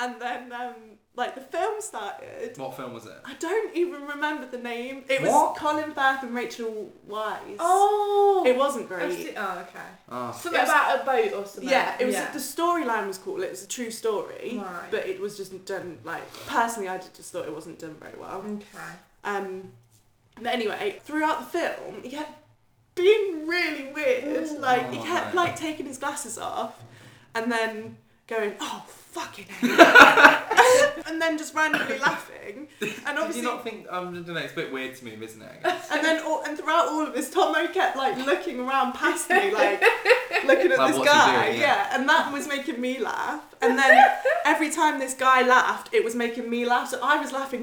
And then um, like the film started.
What film was it?
I don't even remember the name. It was
What?
Colin Firth and Rachel Wise.
Oh.
It wasn't
I've
very.
seen- oh, okay.
Oh,
Something
Yes.
about a boat or something.
yeah, it was.
Yeah.
The storyline was cool. It was a true story,
Right.
but it was just done like personally. I just thought it wasn't done very well.
okay.
Um, but anyway, throughout the film, he kept being really weird.
Ooh.
Like he
Oh,
kept
no.
like taking his glasses off, and then going, "Oh fucking," hell." and then just randomly laughing. And
did
obviously,
you not think? um, I'm just gonna. It's a bit weird to me, isn't it? I guess?
and then all, and throughout all of this, Tomo kept like looking around past me, like looking at
Like, what's
this
he
guy.
doing,
yeah. and that was making me laugh. And then every time this guy laughed, it was making me laugh. So I was laughing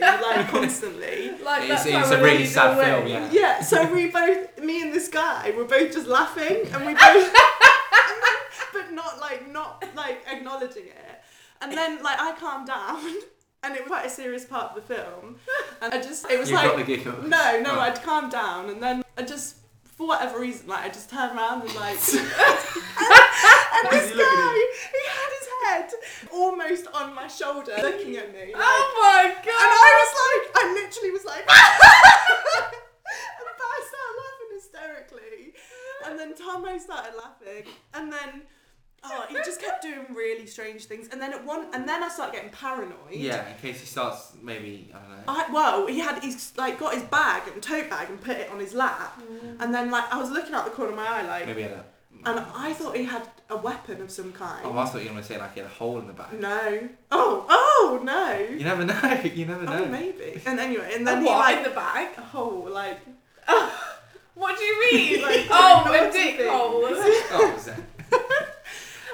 like constantly.
Like
It's-
that's
it's
how
a
we're
really
leading
sad
away.
film, yeah.
Yeah, so we both, me and this guy, were both just laughing, and we both, but not like not like acknowledging it. And then like I calmed down, and it was quite a serious part of the film, and I just it was
You
like
got the giggle.
no, no,
Right.
I'd calm down, and then I just for whatever reason, like I just turned around and like, and
Was
this
he looking at
guy, he had his head almost on my shoulder, looking at me. like,
Oh my god.
and I was like, I literally was like, and I started laughing hysterically. And then Tomo started laughing. And then, oh, he just kept doing really strange things. And then at one, and then I started getting paranoid.
Yeah, in case he starts, maybe I don't know.
I, well, he had he's like got his bag and tote bag and put it on his lap, and then like I was looking out the corner of my eye like,
maybe I don't.
and I thought he had a weapon of some kind.
Oh, I thought you were gonna say like he had a hole in the back.
No. Oh, oh no.
You never know. You never know.
Oh, maybe. And anyway, and
And
then
then
he
what
like
in the bag?
hole like
What do you mean?
Like,
oh,
naughty
a dick
things.
hole.
Oh, was that?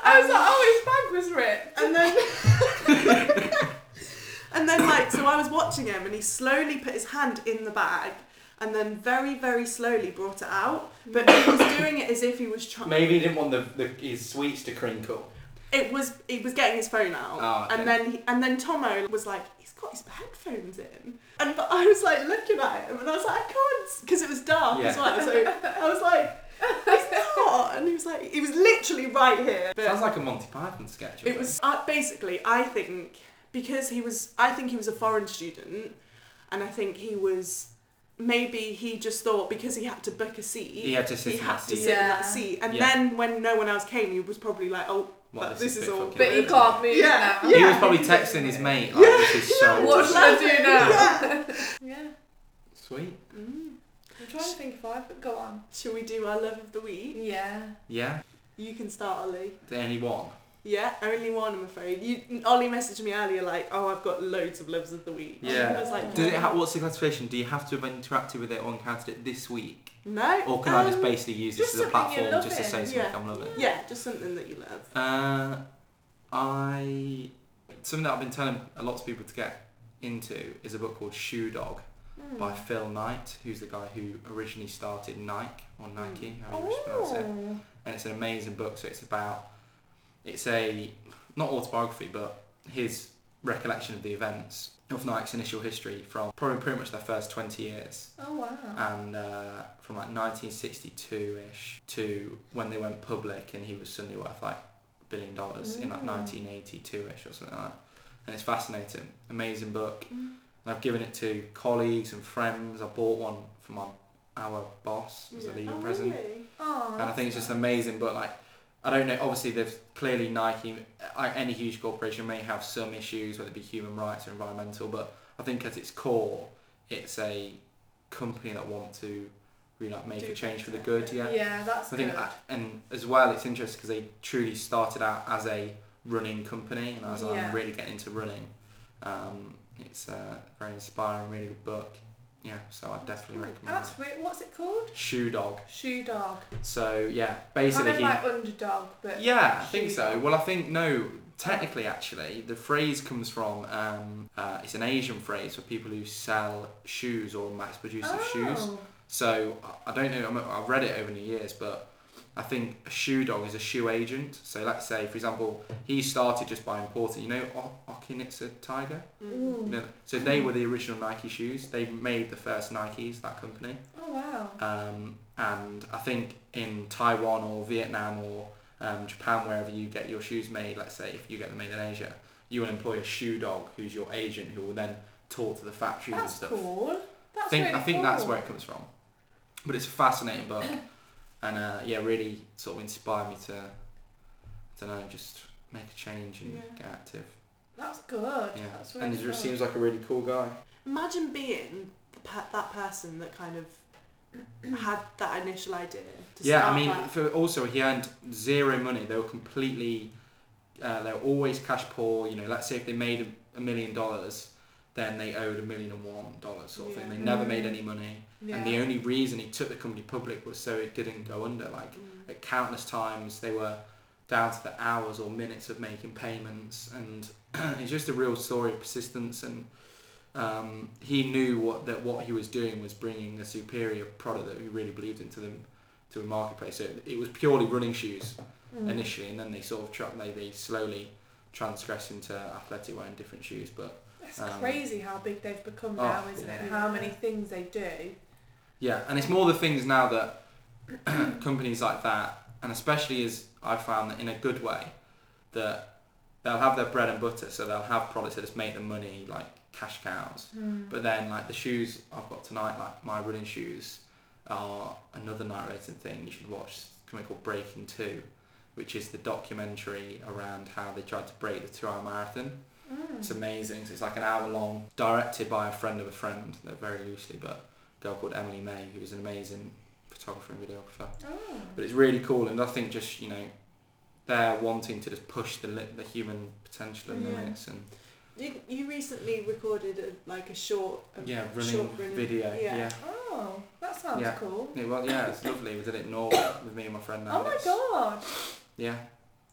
I was like, oh, his bag was ripped.
and then and then like so I was watching him and he slowly put his hand in the bag and then very very slowly brought it out but he was doing it as if he was trying
Maybe he didn't want the, the his sweets to crinkle.
it was he was getting his phone out
Oh, okay.
and then he, and then Tomo was like he's got his headphones in and but I was like looking at him and I was like I can't because it was dark as
Yeah.
well so I was like it's not and he was like he was literally right here but
Sounds like a Monty Python sketch.
it was uh, basically I think because he was I think he was a foreign student and I think he was maybe he just thought because he had to book a seat
He had to sit
he
in
had
that
to
seat.
sit in that
Yeah.
seat and
Yeah.
then when no one else came he was probably like oh
Well,
but this, is,
a bit
all
fucking
But he
weird.
can't move
Yeah,
now.
yeah.
He was probably texting his mate. Like, this is so
What
Just
should I do
laughing.
now?
Yeah.
Yeah.
sweet.
Mm.
I'm trying to think if I've go on.
Shall we do our love of the week?
Yeah.
Yeah,
You can start, Ollie.
the only one.
Yeah, only one, I'm afraid. You, Ollie messaged me earlier like, oh, I've got loads of loves of the week.
Yeah.
I was like,
Does it ha- what's the classification? Do you have to have interacted with it or encountered it this week,
no.
or can I just
um,
basically use this
just
as a
something you're
platform just to say
loving,
something
yeah.
I'm loving?
Yeah, just something that you love.
Uh, I something that I've been telling a lot of people to get into is a book called Shoe Dog
Hmm.
by Phil Knight, who's the guy who originally started Nike or Nike, however you pronounce it.
Hmm. Oh.
and it's an amazing book. So it's about it's a not autobiography, but his recollection of the events of Nike's initial history from probably pretty much their first twenty years,
Oh, wow.
and uh, from like nineteen sixty two ish to when they went public, and he was suddenly worth like a billion dollars in like
Mm.
nineteen eighty two ish or something like that. And it's fascinating, amazing book.
Mm.
And I've given it to colleagues and friends. I bought one for my our boss as a leaving
oh,
present
really?
Oh,
and I think it's just amazing. But like, I don't know. Obviously, there's clearly Nike. I- Any huge corporation may have some issues, whether it be human rights or environmental. But I think at its core, it's a company that want to really like make
Do
a change for the
better.
good. Yeah.
Yeah, that's
I think,
good.
that, and as well, it's interesting because they truly started out as a running company, and as
Yeah.
I'm really getting into running, um, it's a very inspiring, really good book. Yeah, so I definitely
cool.
recommend
Oh, That's weird. What's it called?
it. Shoe Dog.
Shoe dog.
So yeah, basically,
kind of
he-
like underdog, but
yeah, I think so.
Shoe.
Well, I think no. Technically, actually, the phrase comes from um, uh, it's an Asian phrase for people who sell shoes or mass produce of shoes.
Oh.
So I- I don't know. I'm- I've read it over the years, but I think a shoe dog is a shoe agent. So let's say, for example, he started just by importing. You know, O- Okinitsa Tiger.
Mm.
You know, so they were the original Nike shoes. They made the first Nikes. That company.
Oh wow.
Um, and I think in Taiwan or Vietnam or um, Japan, wherever you get your shoes made, let's say if you get them made in Asia, you will employ a shoe dog who's your agent who will then talk to the factories and
That's
stuff.
cool. That's
I think
really
I think
cool.
that's where it comes from. But it's a fascinating book, and uh, yeah, really sort of inspired me to, I don't know, just make a change and
Yeah.
get active.
That's good.
Yeah,
That's really
and he
cool.
just seems like a really cool guy.
Imagine being the pe- that person that kind of had that initial idea. To
yeah,
start
I mean,
that.
for, also he earned zero money. They were completely, uh, they were always cash poor. You know, let's say if they made a, a million dollars, then they owed a million and one dollars sort of thing.
Yeah.
They never
Mm.
made any money,
yeah.
and the only reason he took the company public was so it didn't go under. Like
Mm.
at countless times they were down to the hours or minutes of making payments and it's just a real story of persistence and um, he knew what that what he was doing was bringing a superior product that he really believed into them to the marketplace so it was purely running shoes
Mm.
initially and then they sort of tra- they, they slowly transgress into athletic wear and different shoes but
It's
um,
crazy how big they've become
Oh,
now, isn't
yeah.
it? How many things they do.
yeah and it's more the things now that companies like that and especially as i found that in a good way that they'll have their bread and butter so they'll have products that just make them money like cash cows
Mm.
But then, like the shoes I've got tonight, like my running shoes, are another narrating thing you should watch. Something called Breaking Two, which is the documentary around how they tried to break the two-hour marathon.
Mm.
It's amazing. So it's like an hour long, directed by a friend of a friend, uh, very loosely, but a girl called Emily May, who's an amazing photographer and videographer.
Oh.
But it's really cool, and I think just you know, they're wanting to just push the li- the human potential and
Yeah.
limits, and
You, you recently recorded a, like a short. A
yeah, running,
short running-
video,
yeah.
yeah.
oh, that sounds
Yeah.
cool.
Yeah, well, yeah, it's lovely. We did it in Norway with me and my friend.
Oh my
Alex.
god.
Yeah.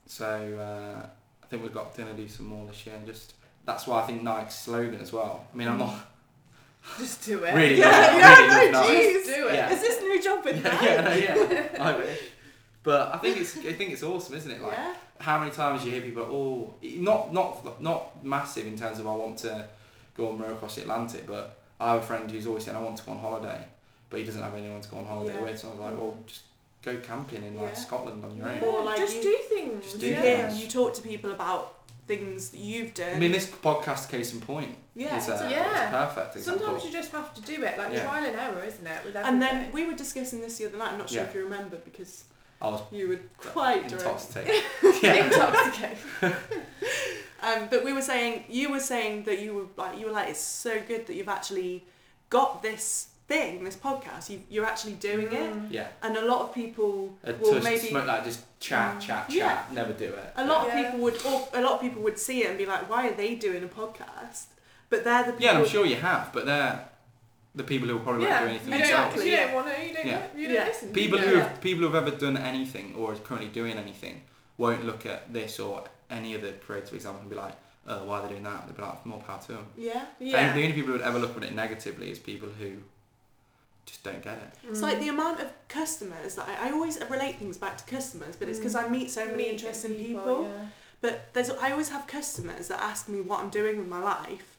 So uh, I think we've got going to do some more this year. And just that's why I think Nike's slogan as well. I mean, I'm not
Just do it.
really.
Yeah,
not,
yeah,
really
no,
not Nike.
geez. Jeez.
Just do it.
Yeah.
Is this new job with
Yeah,
that?
yeah, no, yeah. I wish. But I think it's I think it's awesome, isn't it? Like
Yeah.
how many times you hear people, oh, not not not massive in terms of I want to go on row across the Atlantic, but I have a friend who's always saying I want to go on holiday, but he doesn't have anyone to go on holiday
Yeah.
with. So I was like, well, just go camping in like
Yeah.
Scotland on your own.
Or like
just
you-
do things.
Just do
You
Yeah.
hear,
things.
you talk to people about things that you've done.
I mean, this podcast case in point
yeah.
is, uh,
exactly.
is
Yeah.
perfect. Example.
Sometimes you just have to do it, like
Yeah.
trial and error, isn't it? With
And then
everything.
we were discussing this the other night. I'm not sure
Yeah.
if you remember because
I was Uh,
you were quite drunk.
intoxicated. yeah.
Intoxicated.
Um, but we were saying you were saying that you were like you were like it's so good that you've actually got this thing, this podcast. You, you're actually doing it,
Mm.
Yeah.
and a lot of people
A
will
touch,
maybe Mm.
smoke, like just chat, chat, chat.
Yeah.
Never do it.
a lot
Yeah.
of people would or a lot of people would see it and be like, why are they doing a podcast? But they're the people.
Yeah, I'm sure you have, but they're the people who probably won't do anything
you
themselves.
don't,
exactly.
you don't want to. You don't.
Yeah.
You don't
Yeah.
listen.
People
do
who
you?
have, people who've ever done anything or is currently doing anything won't look at this or any other creative example and be like, "Oh, why are they doing that?" They'll be like, "More power to them."
Yeah.
Yeah.
And the only people who would ever look at it negatively is people who just don't get it.
It's like the amount of customers that I, I always relate things back to customers, but it's because I Mm. meet so many interesting people. But there's I always have customers that ask me what I'm doing with my life,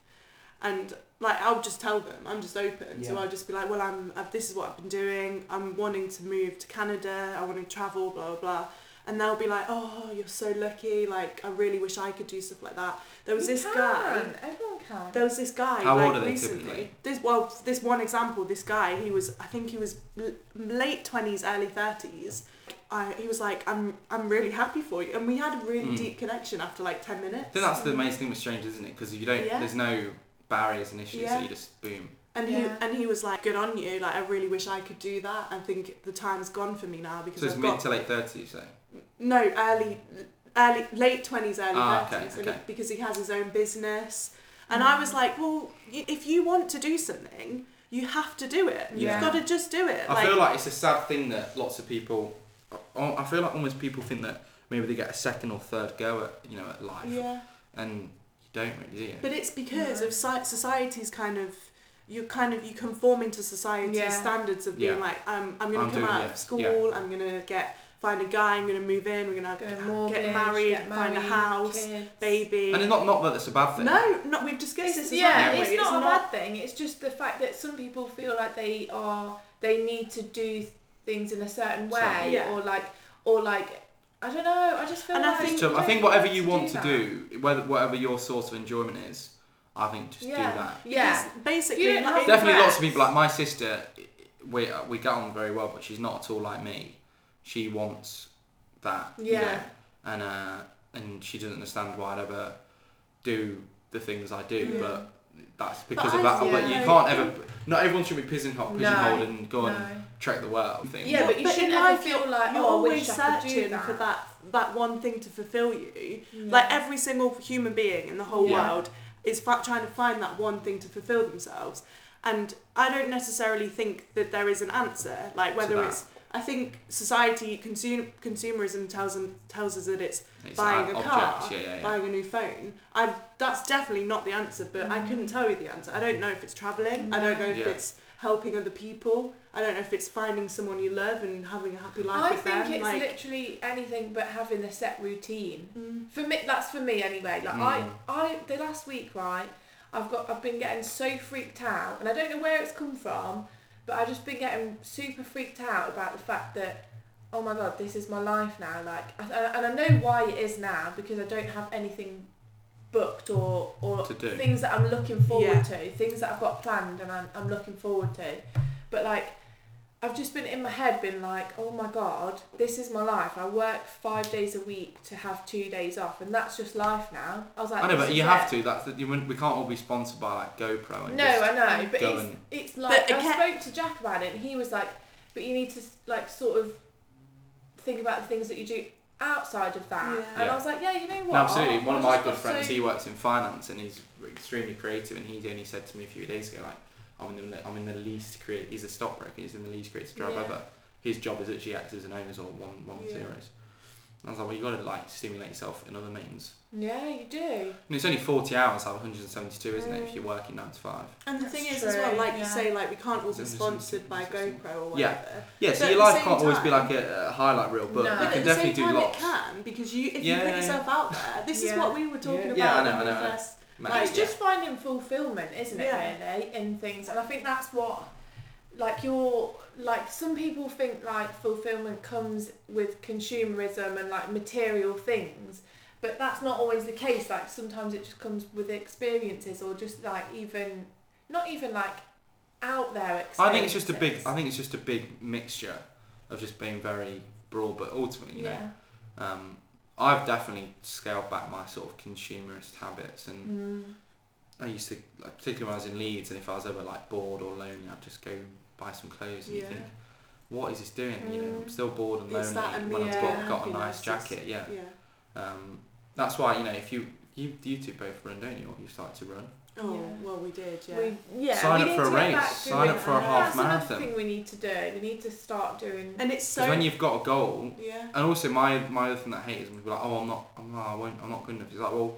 and like I'll just tell them I'm just open. So
Yeah.
I'll just be like, well, I'm i this is what I've been doing. I'm wanting to move to Canada. I want to travel. Blah blah blah. And they'll be like, oh, you're so lucky. Like I really wish I could do stuff like that. There was
You
this
can.
guy.
Everyone can.
There was this guy.
How
like,
old are they
recently,
typically?
This well, this one example. This guy, he was, I think he was l- late twenties, early thirties. I, he was like, I'm, I'm really happy for you, and we had a really
Mm.
deep connection after like ten minutes.
I think that's the main thing with strangers, isn't it? Because you don't,
Hmm. Yeah.
there's no barriers and issues, so
Yeah.
you just boom.
And
Yeah.
he, and he was like, good on you. Like, I really wish I could do that. I think the time's gone for me now because
So it's
I've
mid
got
to late thirties, so
no early, early late twenties, early
Ah, okay,
thirties,
okay.
because he has his own business. And I was like, well, y- if you want to do something, you have to do it. You've
Yeah.
got to just do it.
I feel like it's a sad thing that lots of people. I I feel like almost people think that maybe they get a second or third go at you know at life,
Yeah,
and you don't really, do you?
but it's because
No.
of soci- society's kind of you're kind of you conforming to society's
Yeah.
standards of being
Yeah.
like um, I'm gonna
I'm
come
doing
out of
this,
school,
yeah.
I'm gonna get find a guy, I'm gonna move in, we're gonna
Go
get,
mortgage,
married,
get
find a
married,
house,
kids.
baby.
and it's not not that it's a bad thing.
no, not we've discussed
It's,
this. as well,
yeah,
haven't
it's,
we?
not a bad thing. It's just the fact that some people feel like they are they need to do things in a certain way,
Certain-
Yeah.
or like or like I don't know. I just feel
And I
like
think-
So I think whatever you want to
that.
do, whether whatever your source of enjoyment is, I think just
Yeah.
do that.
Yeah.
Because
You
basically,
don't
like,
have-
Definitely, lots of people
Congrats.
like my sister. We we get on very well, but she's not at all like me. She wants that. you
Yeah.
know, and uh, and she doesn't understand why I'd ever do the things I do,
Yeah.
but. That's because
I-
of that. But
yeah.
you can't ever. Not everyone should be pigeonholed,
No.
pigeonholed and go and
No.
trek the world. Thing.
Yeah,
But-
but you shouldn't
in
ever
life,
feel
you're-
like,
you're
"Oh, I
always
wish I could do
searching
that." Mm.
for that that one thing to fulfill you.
Yeah.
Like every single human being in the whole
Yeah.
world is fa- trying to find that one thing to fulfill themselves. And I don't necessarily think that there is an answer. Like whether
that.
it's, I think society consume consumerism tells them tells us that it's
It's
buying
like
a car,
objects, yeah, yeah, yeah.
buying a new phone. I've that's definitely not the answer, but I couldn't tell you the answer. I don't know if it's traveling. I don't know if
Yeah.
it's helping other people. I don't know if it's finding someone you love and having a happy life
I
with
think
them.
it's
like,
literally anything but having a set routine.
Mm.
For me, that's for me anyway. Like I,
Mm.
I the last week, right? I've got, I've been getting so freaked out, and I don't know where it's come from, but I've just been getting super freaked out about the fact that, oh my god, this is my life now. Like, and and I know why it is now because I don't have anything booked or or
To do.
things that I'm looking forward
Yeah.
to, things that I've got planned and I'm, I'm looking forward to. But like, I've just been in my head, been like, oh my god, this is my life. I work five days a week to have two days off, and that's just life now. I was like,
I know,
this
but
is
you
it.
have to. That's the, you, wouldn't- we can't all be sponsored by like GoPro. And
No,
just-
I know, but
go
it's,
and-
it's like
But
I spoke
again-
to Jack about it, and he was like, but you need to like sort of think about the things that you do outside of that.
Yeah.
And
Yeah.
I was like, yeah, you know what?
No, absolutely. One
I've
of my
just
good
got
friends,
so-
he works in finance and he's extremely creative. And he only said to me a few days ago, like, I'm in the, I'm in the least creative. He's a stockbroker. He's in the least creative job
Yeah.
ever. His job is actually acts as an owners or one one
Yeah.
zeros. And I was like, well, you got to like stimulate yourself in other means.
yeah, you do.
And it's only 40 hours out of 172, isn't it?
Mm.
If you're working nine to five.
And the
That's
thing is, as
true,
well, like you
yeah.
say, like we can't all be
It's
sponsored by
interesting.
GoPro or
Yeah.
whatever.
Yeah,
But
so
at
your
the
life
same
can't always be
time-
like a, a highlight reel, but
No.
you
But
can
at the
definitely
same
do
time, it
lots.
can because you if
Yeah,
you
yeah,
put
yeah.
yourself out there. This
Yeah.
is what we were talking
Yeah,
about.
yeah, I know,
when
I
we
know, I know.
first-
Man,
Like,
it's
yeah.
just finding fulfillment, isn't
Yeah.
it? Really, in things, and I think that's what, like, you're like some people think like fulfillment comes with consumerism and like material things, but that's not always the case. Like sometimes it just comes with experiences or just like even not even like out there. Experiences.
I think it's just a big. I think it's just a big mixture of just being very broad, but ultimately, you
yeah.
know, um, I've definitely scaled back my sort of consumerist habits, and
Mm.
I used to, like, particularly when I was in Leeds, and if I was ever like bored or lonely, I'd just go buy some clothes, and you
Yeah.
think, what is this doing? You know, I'm
Mm.
still bored and lonely
It's that
when I've got,
immediate
got a
happiness,
nice
it's-
jacket. Yeah,
yeah.
um, that's why you know if you you you two both run, don't you? Or you start to run.
Oh
Yeah.
well, we did. Yeah.
We, yeah,
Sign
we
up
need
for a
to get
race,
back to
sign
doing
up for a
that.
half
That's another
marathon.
thing we need to do. We need to start doing.
and it's
Because
so
when you've got a goal,
yeah.
And also, my my other thing that I hate is when people are like, oh, I'm not, I'm not, I won't, I'm not good enough. It's like, well,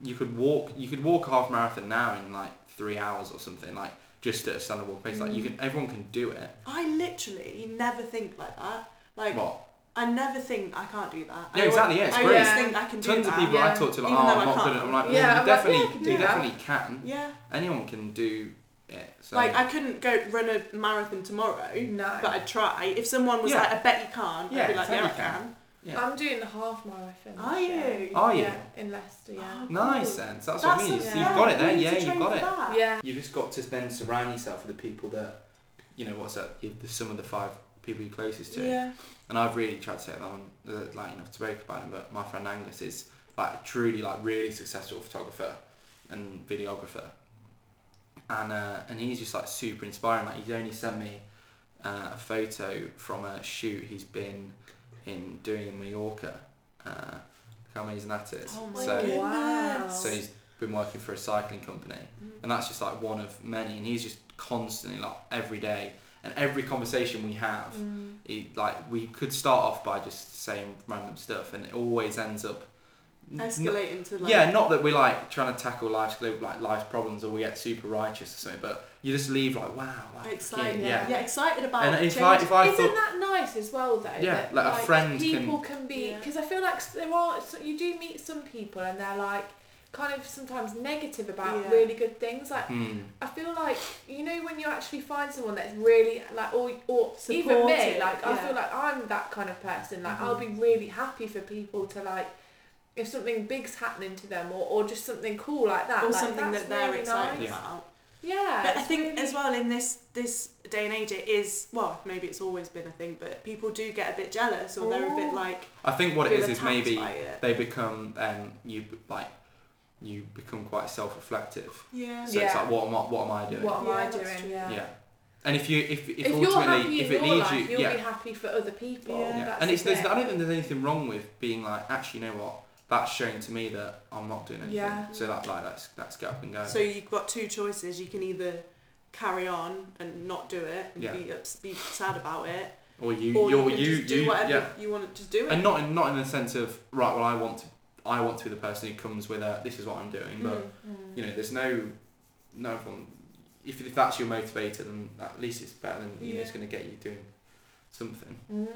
you could walk, you could walk a half marathon now in like three hours or something, like just at a standard walk pace.
Mm.
Like you can, everyone can do it.
I literally never think like that. Like
What?
I never think I can't do that. I
Yeah, exactly, yeah, it's
I
great.
always think I can do
Tons
that.
of people
yeah.
I talk to like, oh,
Even though
I'm
I
not good
can't.
enough. I'm like, well,
Yeah, I'm
you
like,
definitely,
yeah, I can
you
do that.
definitely can.
Yeah.
Anyone can do it. So.
Like I couldn't go run a marathon tomorrow,
no.
but I'd try. If someone was
Yeah.
like, I bet you can't,
Yeah,
I'd be like,
exactly
yeah, I
you can.
can.
yeah.
I'm doing the half marathon.
Are
this year.
you?
Are you?
Yeah, in Leicester, yeah.
Oh,
Nice
cool.
sense. That's, what I
That's
mean.
a-
It's-
yeah.
You've got it
we
there.
need to
Yeah, you've
train
got
for
it.
that.
Yeah.
You've just got to then surround yourself with the people that, you know, what's that? The sum of the five people you're closest to.
Yeah.
and I've really tried to say that on the like you know, I've spoke about him, but my friend Angus is like truly like really successful photographer and videographer, and uh, and he's just like super inspiring. Like he's only sent me uh, a photo from a shoot he's been in doing in Mallorca. Uh, look how amazing that is!
Oh my
so
God.
so he's been working for a cycling company,
Mm.
and that's just like one of many. And he's just constantly like every day and every conversation we have
Mm.
it, like we could start off by just saying random stuff and it always ends up N-
Escalating to like
yeah not that we're like trying to tackle life's like life's problems or we get super righteous or something but you just leave like wow like,
excited.
yeah,
Yeah.
yeah.
excited about
and
change.
if I, if I
Isn't
thought
that nice as well though?
Yeah,
that,
like a friend
people can, be
Yeah.
because I feel like s- there are so you do meet some people and they're like kind of sometimes negative about
Yeah.
really good things. Like
Hmm.
I feel like you know when you actually find someone that's really like or or even me
Supportive,
like I
yeah.
feel like I'm that kind of person like
Mhm.
I'll be really happy for people to like if something big's happening to them or, or just something cool like that
or
like,
something
that's
that they're
really
excited
nice.
Yeah.
about.
yeah
But I
it's
think
really-
as well in this this day and age, it is well maybe it's always been a thing, but people do get a bit jealous or they're a bit
Oh.
like
I think what it
feel
is is
attacked
maybe
by it.
they become um you b- like you become quite self-reflective.
yeah
So it's
Yeah.
like what am I what am I doing?
what am
Yeah,
I
that's
doing
true.
yeah.
Yeah. And if you if if,
if you're
ultimately
happy
if
in
it
your
leads
life
you
you'll
yeah
be happy for other people
Yeah.
yeah
that's
and it's
the
there's I
thing.
don't think there's anything wrong with being like actually you know what that's showing to me that I'm not doing anything.
Yeah.
So that like let's let's get up and go.
So you've got two choices. You can either carry on and not do it and
Yeah.
be ups- be sad about it,
or you
or
you're,
you can
you
just do
you
whatever
yeah.
you want to just do it.
and not in, not in the sense of right. Well, I want to I want to be the person who comes with a this is what I'm doing. But
Mm.
you know, there's no no one. If, if that's your motivator, then at least it's better than you know it's
Yeah.
going to get you doing something.
Mm.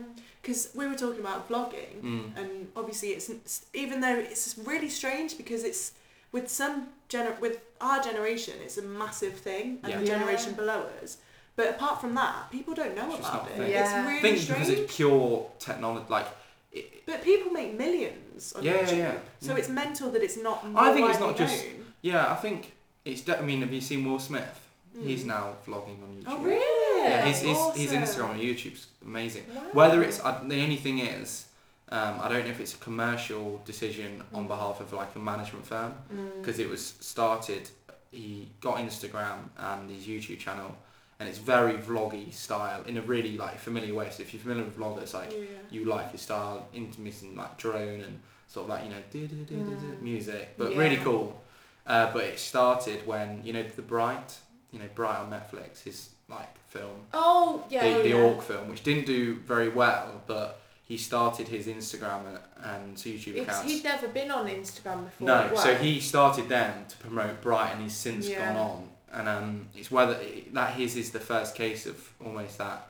Because we were talking about vlogging,
Mm.
and obviously it's it's- even though it's really strange because it's with some gener with our generation, it's a massive thing, and
Yeah.
the
Yeah.
generation below us. But apart from that, people don't know
It's just
about
not a
it.
thing.
Yeah.
It's
I
really
think because
strange.
it's pure technology. Like, it,
But people make millions on
Yeah, yeah,
YouTube,
yeah. Mm.
so it's mental that it's not.
I think it's
widely
not just-
known.
yeah, I think it's. De- I mean, have you seen Will Smith? He's
Mm.
now vlogging on YouTube.
Oh, really?
Yeah, his, his, his
Awesome.
Instagram and YouTube's amazing.
Wow.
Whether it's I, the only thing is, um, I don't know if it's a commercial decision on
Mm.
behalf of like a management firm
Mm.
because it was started. He got Instagram and his YouTube channel, and it's very vloggy style in a really like familiar way. So if you're familiar with vloggers, like
yeah.
you like his style, intermittent like drone and sort of like you know do do do do do
Mm.
music, but really
Yeah.
cool. Uh, but it started when you know the Bright, you know Bright on Netflix, his like film
oh yeah
the, the
yeah.
Orc film, which didn't do very well, but he started his Instagram and, and YouTube
It's,
accounts.
he'd never been on Instagram before.
No, so
Wow.
he started them to promote Bright, and he's since
Yeah.
gone on. And um, it's whether that his is the first case of almost that,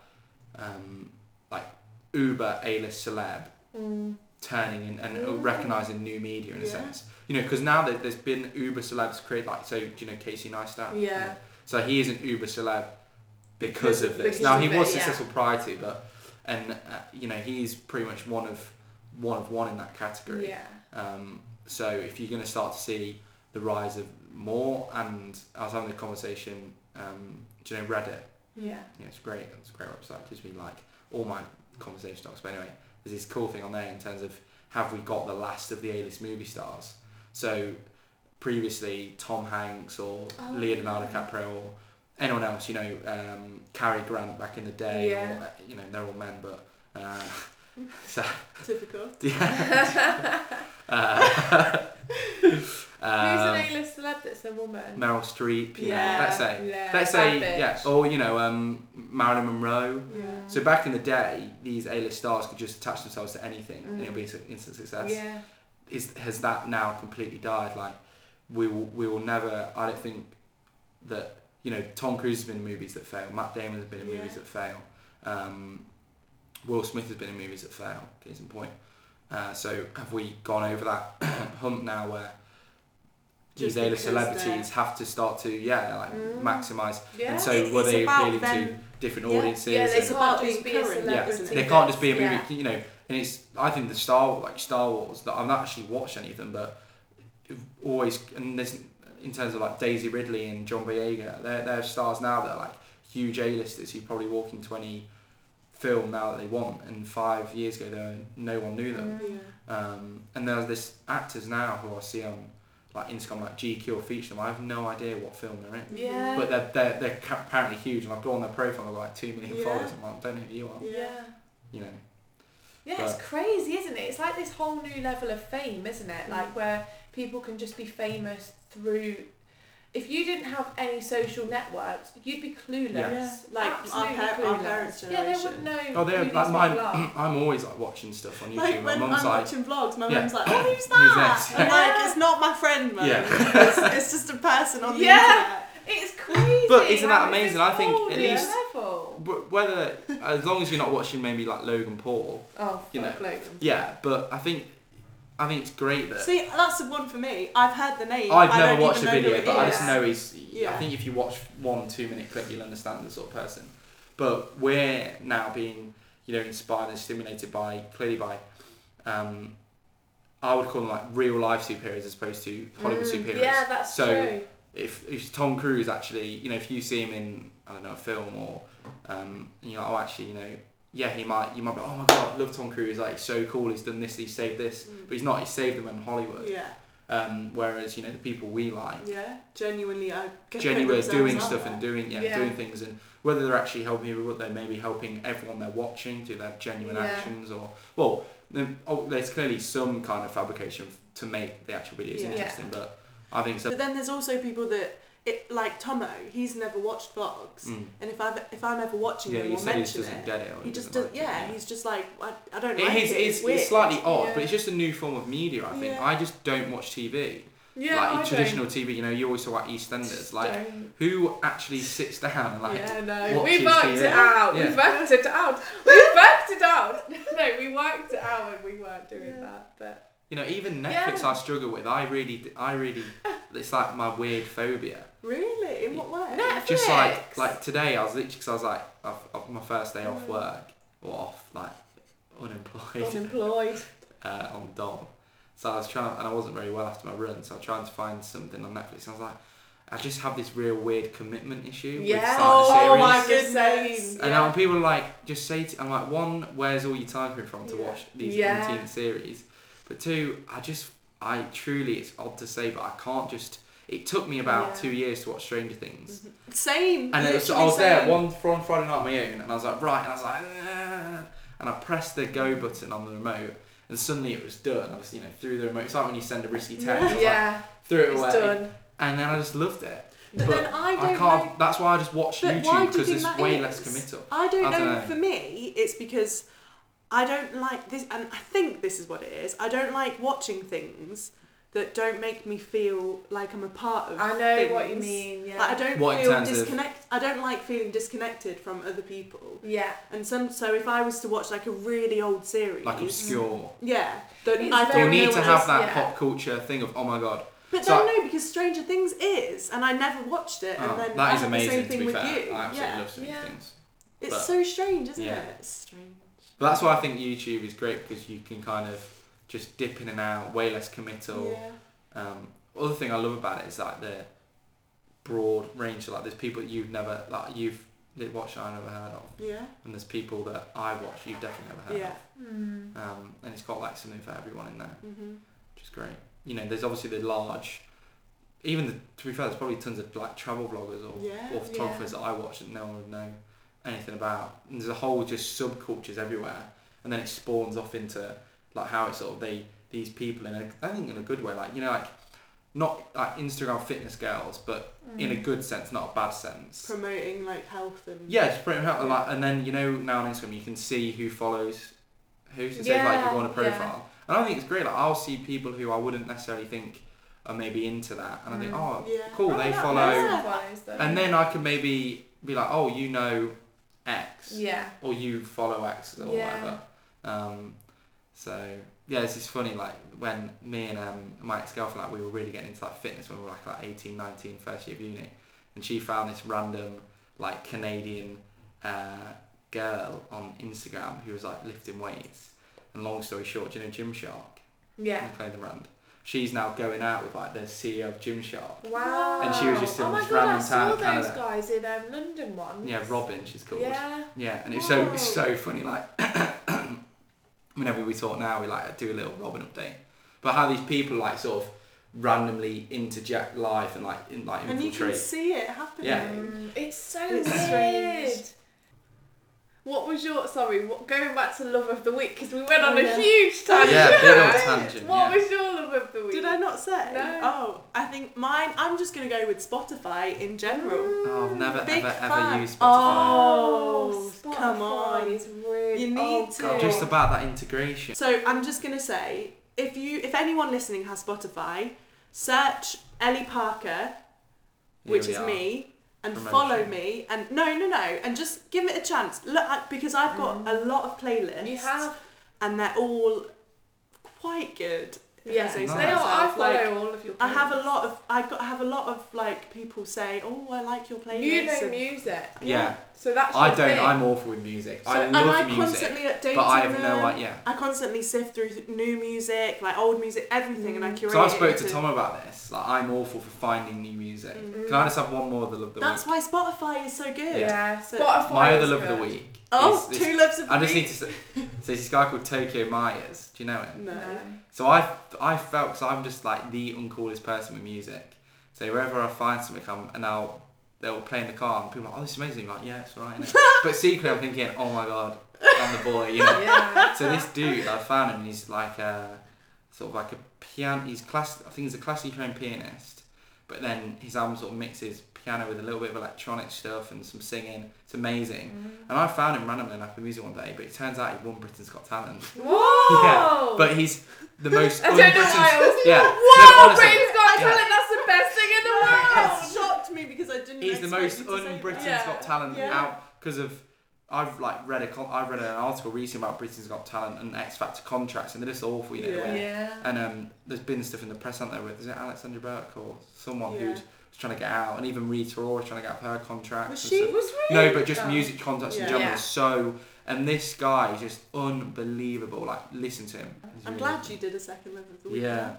um, like uber A-list celeb
Mm.
turning in, and
Mm.
recognizing new media in a
Yeah.
sense. You know, because now that there's been uber celebs create like so, do you know Casey Neistat?
Yeah.
So he is an uber celeb because of this.
Because
now
of
he
it,
was
yeah.
successful prior to, but and uh, you know he's pretty much one of one of one in that category.
Yeah.
Um, so if you're going to start to see the rise of more, and I was having a conversation, um, do you know Reddit?
Yeah.
Yeah, it's great. It's a great website. It gives me like all my conversation topics. But anyway, there's this cool thing on there in terms of have we got the last of the A-list movie stars? So previously, Tom Hanks or
Oh,
Leonardo
yeah.
DiCaprio or anyone else, you know, um, Cary Grant back in the day. Or,
Yeah.
uh, you know, they're all men, but uh,
Typical.
yeah. uh,
Who's
um,
an A-list celeb that's a woman?
Meryl Streep. you know,
Yeah.
Let's say.
Yeah.
Let's say
Bad
yeah,
bitch.
or you know, um, Marilyn Monroe.
Mm.
So back in the day, these A-list stars could just attach themselves to anything and
Mm.
it'll be an instant success.
Yeah.
Is has that now completely died? Like we will, we will never. I don't think that you know Tom Cruise has been in movies that fail. Matt Damon has been in movies
Yeah.
that fail. Um, Will Smith has been in movies that fail. Case in point. Uh, so have we gone over that hump now where
Just
these A-list
because
celebrities have to start to yeah like
Mm.
maximize
Yeah.
and so
It's-
were
it's
they
about
appealing to
them-
different
Yeah. Yeah,
audiences?
yeah, they
and-
it's about
can't just
being
be a
current,
yeah,
celebrity.
isn't
they
it?
can't just be a movie,
Yeah.
you know. And it's I think the Star like Star Wars that I've not actually watched any of them, but always and this in terms of like Daisy Ridley and John Boyega, they're they're stars now that are like huge A-listers who probably walk into any film now that they want. And five years ago, there no one knew them.
Mm.
Yeah.
Um, and there's this actors now who I see on like Instagram like GQ or feature them. I have no idea what film they're in.
Yeah.
But they're, they're, they're ca- apparently huge, and I've gone on their profile, they've got like 2 million
Yeah.
followers. I'm like, I don't know who you are.
Yeah.
yeah.
You know,
Yeah, it's
But-
crazy, isn't it? It's like this whole new level of fame, isn't it? Like where people can just be famous through. If you didn't have any social networks, you'd be clueless.
Yeah.
Like
Absolutely
our, par- our
clueless.
parents'
Yeah,
generation.
they wouldn't know.
Oh, they're
who
like
these
mine.
people are.
I'm always like watching stuff on YouTube.
Like
my
when
mum's
I'm
like,
watching vlogs, my
Yeah.
mum's like, "Oh, who's
Who's
that?"
that?
I'm
Yeah.
like, "It's not my friend, mum.
Yeah.
it's, it's just a person on the
Yeah.
yeah.
It's crazy.
But isn't that
how it's
amazing?
this
I think
whole
at
new
least-
level.
"Wh- whether as long as you're not watching maybe like Logan Paul.
Oh,
You
you
know.
know.
Yeah, but I think I think it's great that
See, that's the one for me. I've heard the name.
I've
I
never
don't
watched a
even know who
video,
it
but I
is.
just know he's. I
Yeah.
think if you watch one two minute clip, you'll understand the sort of person. But we're now being, you know, inspired and stimulated by clearly by, um, I would call them like real life superheroes as opposed to Hollywood
Mm,
superheroes.
Yeah, that's
so
true.
if if Tom Cruise actually, you know, if you see him in I don't know a film or, um, you know, oh actually, you know, yeah, he might, you might be, oh my god, I love Tom Cruise, like he's so cool, he's done this, he's saved this,
Mm.
but he's not, he's saved them in Hollywood.
Yeah,
Um, whereas you know the people we like
yeah. Genuinely, I get
genuinely
themselves
doing
out
stuff
there.
and doing yeah,
Yeah.
doing things and whether they're actually helping people, what they may be helping everyone they're watching do their genuine
Yeah.
actions or well, then, oh, there's clearly some kind of fabrication f- to make the actual videos
Yeah.
interesting, but I think so.
But then there's also people that it like Tomo. He's never watched vlogs,
Mm.
and if I have if I'm ever watching
Yeah,
him
he
or
said he
mention
just doesn't
it,
get it. Or
he just does.
doesn't
not
like it,
yeah, he's just like I, I don't like
It is,
it.
it's,
weird.
it's slightly odd, but
Yeah.
it's just a new form of media, I think.
Yeah.
I just don't watch TV.
Yeah,
like
I
traditional
don't.
TV, you know, you always talk about EastEnders. Like,
Don't.
who actually sits down and, like,
yeah, no,
watches
we worked
TV.
it out.
Yeah.
We worked it out. We worked it out. No, we worked it out when we weren't doing
Yeah.
that. But
You know, even Netflix,
Yeah.
I struggle with. I really, I really, it's like my weird phobia.
really in what way?
Netflix.
Just like, like today, I was literally because I was like, off, off my first day
Mm.
off work or off like
Oh
unemployed
unemployed.
uh, on dom. So I was trying, and I wasn't very well after my run. So I tried to find something on Netflix. And I was like, I just have this real weird commitment issue. with
Yeah.
starting a
Oh,
series.
my
series.
goodness.
And now when people are like, just say to, I'm like, one, where's all your time coming from to
Yeah.
watch these
Yeah.
18 series? But two, I just, I truly, it's odd to say, but I can't just, it took me about
Yeah.
two years to watch Stranger Things.
same.
And it was, I
literally
was there
same.
one, fr- on Friday night on my own, and I was like, right, and I was like, "Ah," and I pressed the go button on the remote, and suddenly it was done. I was, you know, through the remote. It's like when you send a risky text, I was like,
Yeah,
threw it
it's
away,
done.
and then I just loved it.
But,
but
then I don't
I
know.
can't, that's why I just watch
But why
YouTube,
do you
because
think
it's
that
way
is?
less committal.
I don't,
I don't
know.
know.
For me, it's because I don't like this, and I think this is what it is. I don't like watching things that don't make me feel like I'm a part of.
I know what you
things.
mean. Yeah.
Like I don't
What, in
feel
terms of-
disconnect. I don't like feeling disconnected from other people.
yeah.
And some, so if I was to watch like a really old series,
Like obscure.
yeah, then
It's
I
very-
feel
you need
no
to
one
have
else-
that
yeah.
pop culture thing of oh my god
But
So
don't know because Stranger Things is, and I never watched it,
oh,
and then I
that is
had The
amazing
same
to
thing
be
with
fair
you.
i absolutely
yeah,
love Stranger
Yeah.
things
it's
but-
so strange, isn't
Yeah.
it? It's strange.
but that's why i think youtube is great because you can kind of just dip in and out way less committal
yeah.
um, other thing i love about it is like the broad range of like there's people that you've never like you've watched i never heard of
Yeah,
and there's people that i watch you've definitely never heard
yeah.
Mm.
of um, and it's got like something for everyone in there
Mm-hmm.
which is great you know there's obviously the large even the, to be fair there's probably tons of like travel bloggers or
Oh,
Yeah,
or photographers that I watch that no one would know anything about. And there's a whole just subcultures everywhere, and then it spawns off into like how it's sort of they these people in a I think in a good way, like you know like not like Instagram fitness girls, but in a
Mm.
good sense, not a bad sense.
Promoting like health and
Yeah, it's pretty much like, and then you know now on Instagram you can see who follows who, so say like
Yeah,
you want a
yeah.
profile, and I think it's great. Like I'll see people who I wouldn't necessarily think are maybe into that, and I think
Mm.
oh
Yeah.
cool,
Oh,
they
that
follow
person follows them.
and then I can maybe be like, oh, you know X,
yeah,
or you follow X, or
Yeah.
whatever. Um, so yeah, it's just funny. Like when me and um, my ex girlfriend, like we were really getting into like fitness when we were like, like 18, 19, first year of uni, and she found this random like Canadian uh, girl on Instagram who was like lifting weights. And long story short, do you know Gymshark,
yeah.
the clothing brand? She's now going out with like the CEO of Gymshark.
Wow.
And she was just in
oh my
this
God,
random
I
town
saw
in
those
Canada.
guys in um, London once.
Yeah, Robin, she's called.
Yeah.
Yeah, and it's so it's
Whoa.
so funny. Like whenever we talk now, we like do a little Robin update. But how these people like sort of randomly interject life and like in, like
and you can
infiltrate.
see it happening.
Yeah.
Mm, it's so
It's
weird.
strange.
What was your sorry? What, going back to love of the week because we went on
Oh,
a
yeah.
huge tangent.
Yeah, big old tangent,
What
yeah.
was your love of the week?
Did I not say?
No.
Oh, I think mine. I'm just gonna go with Spotify in general.
oh, I've never
Big
ever ever
fan.
used Spotify.
Oh, come
Spotify
on.
is really
You need
oh,
to.
God.
Just about that integration.
So I'm just gonna say, if you, if anyone listening has Spotify, search Ellie Parker,
Here
which
we
is
are.
me, and
Promotion.
follow me, and no, no, no, and just give it a chance. Look, I- because
Mm.
I've got a lot of playlists.
You have
and they're all quite good.
Yeah,
say so
Nice.
they are, I
myself,
follow
like,
all of your.
I have a
playlists.
lot of I got I have a lot of like people say, "Oh, I like your playlist."
You know
and-
music,
Yeah,
so that's.
I
your
don't.
Thing.
I'm awful with music.
So,
I
and
love
I
music,
constantly update
but I have no idea.
I constantly sift through new music, like old music, everything, and I curate.
Mm. So I
it
spoke to
into-
Tom about this. Like I'm awful for finding new music.
Mm.
Can I just have one more of the love of the
That's
week?
why Spotify is so good.
Yeah.
So-
Spotify
My
is
other love of
good.
the week.
Oh,
is
two
this-
loves of
I just
me.
need to say, so there's this guy called Tokyo Myers. Do you know him?
No.
No.
So I, I felt because I'm just like the uncoolest person with music. So wherever I find something, I'm and I'll they'll play in the car and people are like, oh, this is amazing. I'm like, yeah, it's all right. innit?" but secretly, I'm thinking, oh my god, I'm the boy. You know.
Yeah.
so this dude, I found him, and he's like a sort of like a piano. He's class. I think he's a classically trained pianist, but then his album sort of mixes piano with a little bit of electronic stuff and some singing. It's amazing.
Mm-hmm.
And I found him randomly in Apple Music one day, but it turns out he won Britain's Got Talent.
Whoa.
Yeah, But he's the most.
Oh. I don't know
un-British-
why I was-
Yeah. no,
Whoa,
honestly,
Britain's Got
Yeah.
Talent. That's the best thing in the
Wow,
world.
shocked me because I didn't.
He's the
expect
most
you to say
un
that.
Britain's
Yeah.
Got Talent
Yeah.
out because of. I've like read a con- I've read an article recently about Britain's Got Talent and X Factor contracts and they're just awful, you know.
Yeah.
where-
Yeah.
And um, there's been stuff in the press, hasn't there, with is it Alexandra Burke or someone
Yeah.
who was trying to get out, and even Rita Ora was trying to get out of her contract.
Was
and
she-
stuff.
was
No, but just music contracts
Yeah.
in general.
Yeah.
is So, and this guy is just unbelievable. Like, listen to him. He's
I'm
really
glad
good.
you did a second love of the week.
Yeah,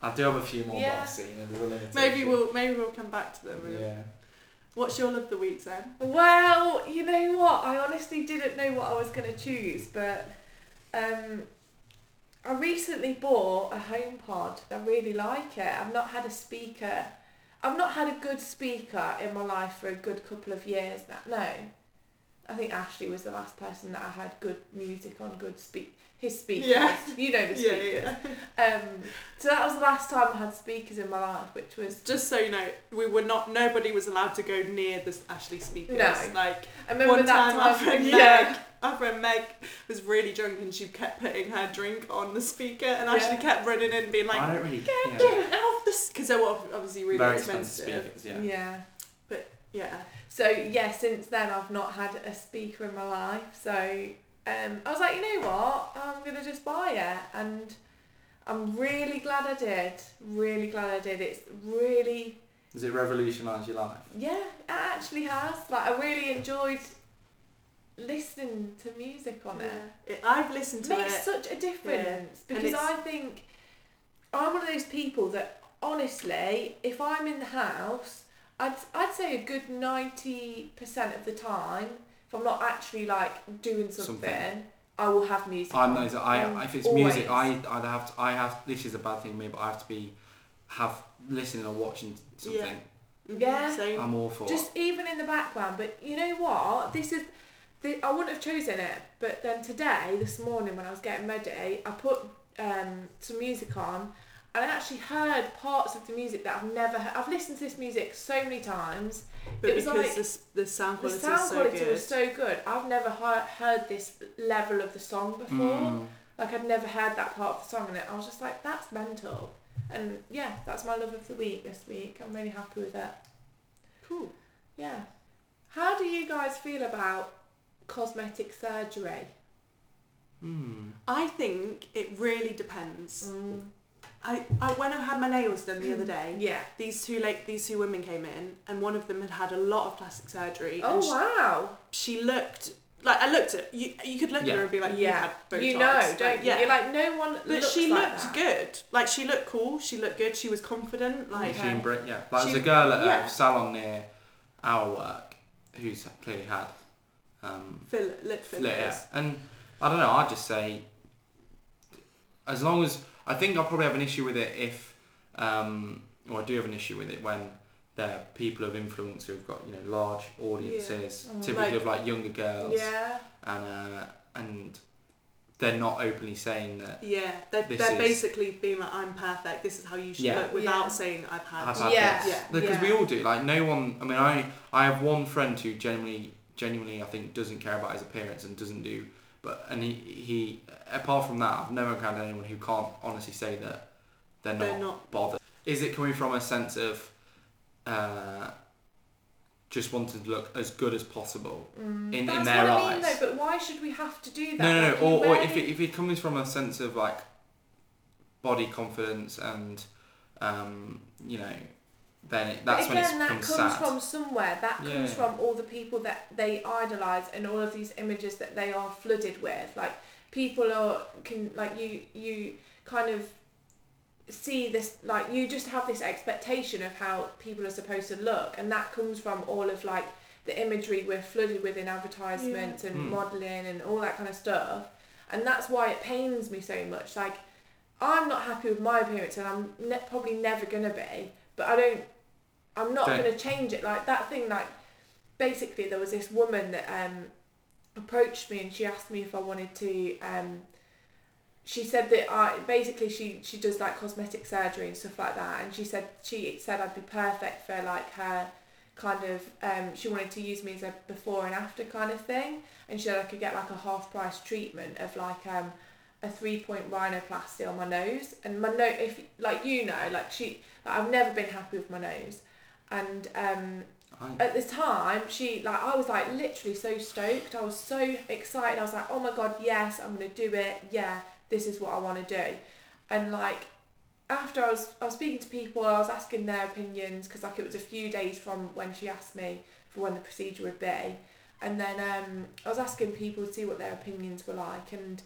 I do have a few more. Yeah.
Yeah.
I've seen. and there's a limitation.
Maybe we'll maybe we'll come back to them.
Yeah.
What's your love of the week, Sam?
Well, you know what? I honestly didn't know what I was going to choose, but um, I recently bought a HomePod. I really like it. I've not had a speaker. I've not had a good speaker in my life for a good couple of years now. No. I think Ashley was the last person that I had good music on, good speak his speakers.
Yeah.
You know the
Yeah,
speakers.
yeah.
Um, so that was the last time I had speakers in my life, which was
Just so you know, we were not. Nobody was allowed to go near this Ashley speakers.
No.
Like
I remember
one
that
time,
time.
our friend
yeah.
Meg, our friend Meg was really drunk and she kept putting her drink on the speaker, and
Yeah.
Ashley kept running in, being like,
I don't really. Yeah.
"Get off this," because they were ob- obviously really
Very
expensive.
expensive speakers. Yeah.
yeah.
Yeah.
So yeah, since then I've not had a speaker in my life. So um, I was like, you know what? I'm gonna just buy it, and I'm really glad I did. Really glad I did. It's really
Does it revolutionise your life?
yeah, it actually has. Like I really enjoyed listening to music on it.
Yeah. It- I've listened
It
to
makes
it.
such a difference
And
because
it's-
I think I'm one of those people that honestly, if I'm in the house, I'd I'd say a good ninety percent of the time, if I'm not actually like doing something,
Something.
I will have music.
I'm
on.
those. I
Um,
if it's music,
always.
I I have to, I have. This is a bad thing for me, but I have to be have listening or watching something.
Mhm,
Yeah.
Same.
I'm awful.
just even in the background. But you know what? This is. The, I wouldn't have chosen it, but then today, this morning when I was getting ready, I put um, some music on, and I actually heard parts of the music that I've never. Heard. I've listened to this music so many times.
But
it was
because
like-
the, s- the sound
The
quality
sound
is so
quality
good.
was so good. I've never heard, heard this level of the song before.
Mm.
Like I'd never heard that part of the song, and I was just like, "That's mental." And yeah, that's my love of the week this week. I'm really happy with it.
cool.
Yeah. How do you guys feel about cosmetic surgery?
Hmm.
I think it really depends.
Mm.
I, I when I had my nails done the other day,
Yeah.
these two like these two women came in, and one of them had had a lot of plastic surgery.
Oh
and she,
wow.
she looked like I looked at you. You could look at her
Yeah.
and be like,
yeah.
you had Botox.
you know,
like,
don't you?
yeah.
You're like no one.
but
looks
she
like
looked
that.
good. Like she looked cool. She looked good. She was confident. Like
She and Brit, yeah. Like
She-
there's a girl at
yeah.
a salon near our work who's clearly had um,
fill, lip
filler, yeah.
fillers.
And I don't know. I'd just say as long as I think I'll probably have an issue with it if, um, or I do have an issue with it when there are people of influence who've got you know large audiences,
Mm.
typically
Like-
of like younger girls,
Yeah.
and uh, and they're not openly saying that.
Yeah, they're,
This
they're
is-
basically being like, I'm perfect. This is how you should
Yeah.
look, without
Yeah.
saying I've had.
I've
this."
had
Yeah.
this.
Yeah.
Because we
Yeah.
all do. Like no one. I mean, I I have one friend who genuinely genuinely I think doesn't care about his appearance and doesn't do. But and he he apart from that, I've never encountered anyone who can't honestly say that they're not,
They're not-
bothered. Is it coming from a sense of uh, just wanting to look as good as possible
Mm.
in,
That's
in their
what
eyes?
I mean, though. But why should we have to do that?
No, no, no.
Like, you
Or, or
wear
if, it, if it comes from a sense of like body confidence and um, you know then it,
But
that's
again,
when it's
that
becomes
comes
sad.
from somewhere. That comes
Yeah.
from all the people that they idolize and all of these images that they are flooded with. Like people are can like you you kind of see this like you just have this expectation of how people are supposed to look, and that comes from all of like the imagery we're flooded with in advertisements and
Mm.
modeling and all that kind of stuff. And that's why it pains me so much. Like I'm not happy with my appearance, and I'm ne- probably never gonna be. But I don't. I'm not
Don't-
gonna change it. Like that thing. Like basically, there was this woman that um, approached me, and she asked me if I wanted to. Um, she said that I basically she she does like cosmetic surgery and stuff like that, and she said she said I'd be perfect for like her kind of um, she wanted to use me as a before and after kind of thing and she said I could get like a half price treatment of like um, a three point rhinoplasty on my nose and my nose if like you know like she like, I've never been happy with my nose and um,
I,
at the time she like I was like literally so stoked I was so excited I was like oh my god yes I'm gonna do it yeah this is what I want to do and like after I was I was speaking to people I was asking their opinions because like it was a few days from when she asked me for when the procedure would be and then um I was asking people to see what their opinions were like and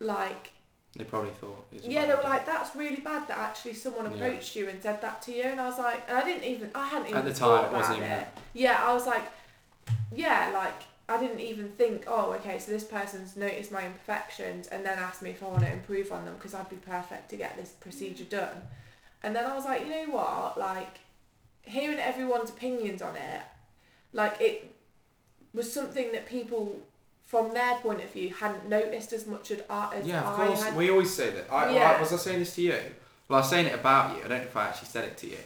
like
they probably thought. it was
yeah,
wrong.
they were like, "That's really bad that actually someone
Yeah.
approached you and said that to you." And I was like, and "I didn't even, I hadn't even
at the
thought
time it
about
wasn't
it."
even.
Yeah, I was like, yeah, like I didn't even think. Oh, okay, so this person's noticed my imperfections and then asked me if I want to improve on them because I'd be perfect to get this procedure done. And then I was like, you know what? Like, hearing everyone's opinions on it, like it was something that people from their point of view hadn't noticed as much as I as
Yeah, of
I
course.
had.
We always say that. I,
Yeah.
I was I saying this to you? Well, I was saying it about you. I don't know if I actually said it to you.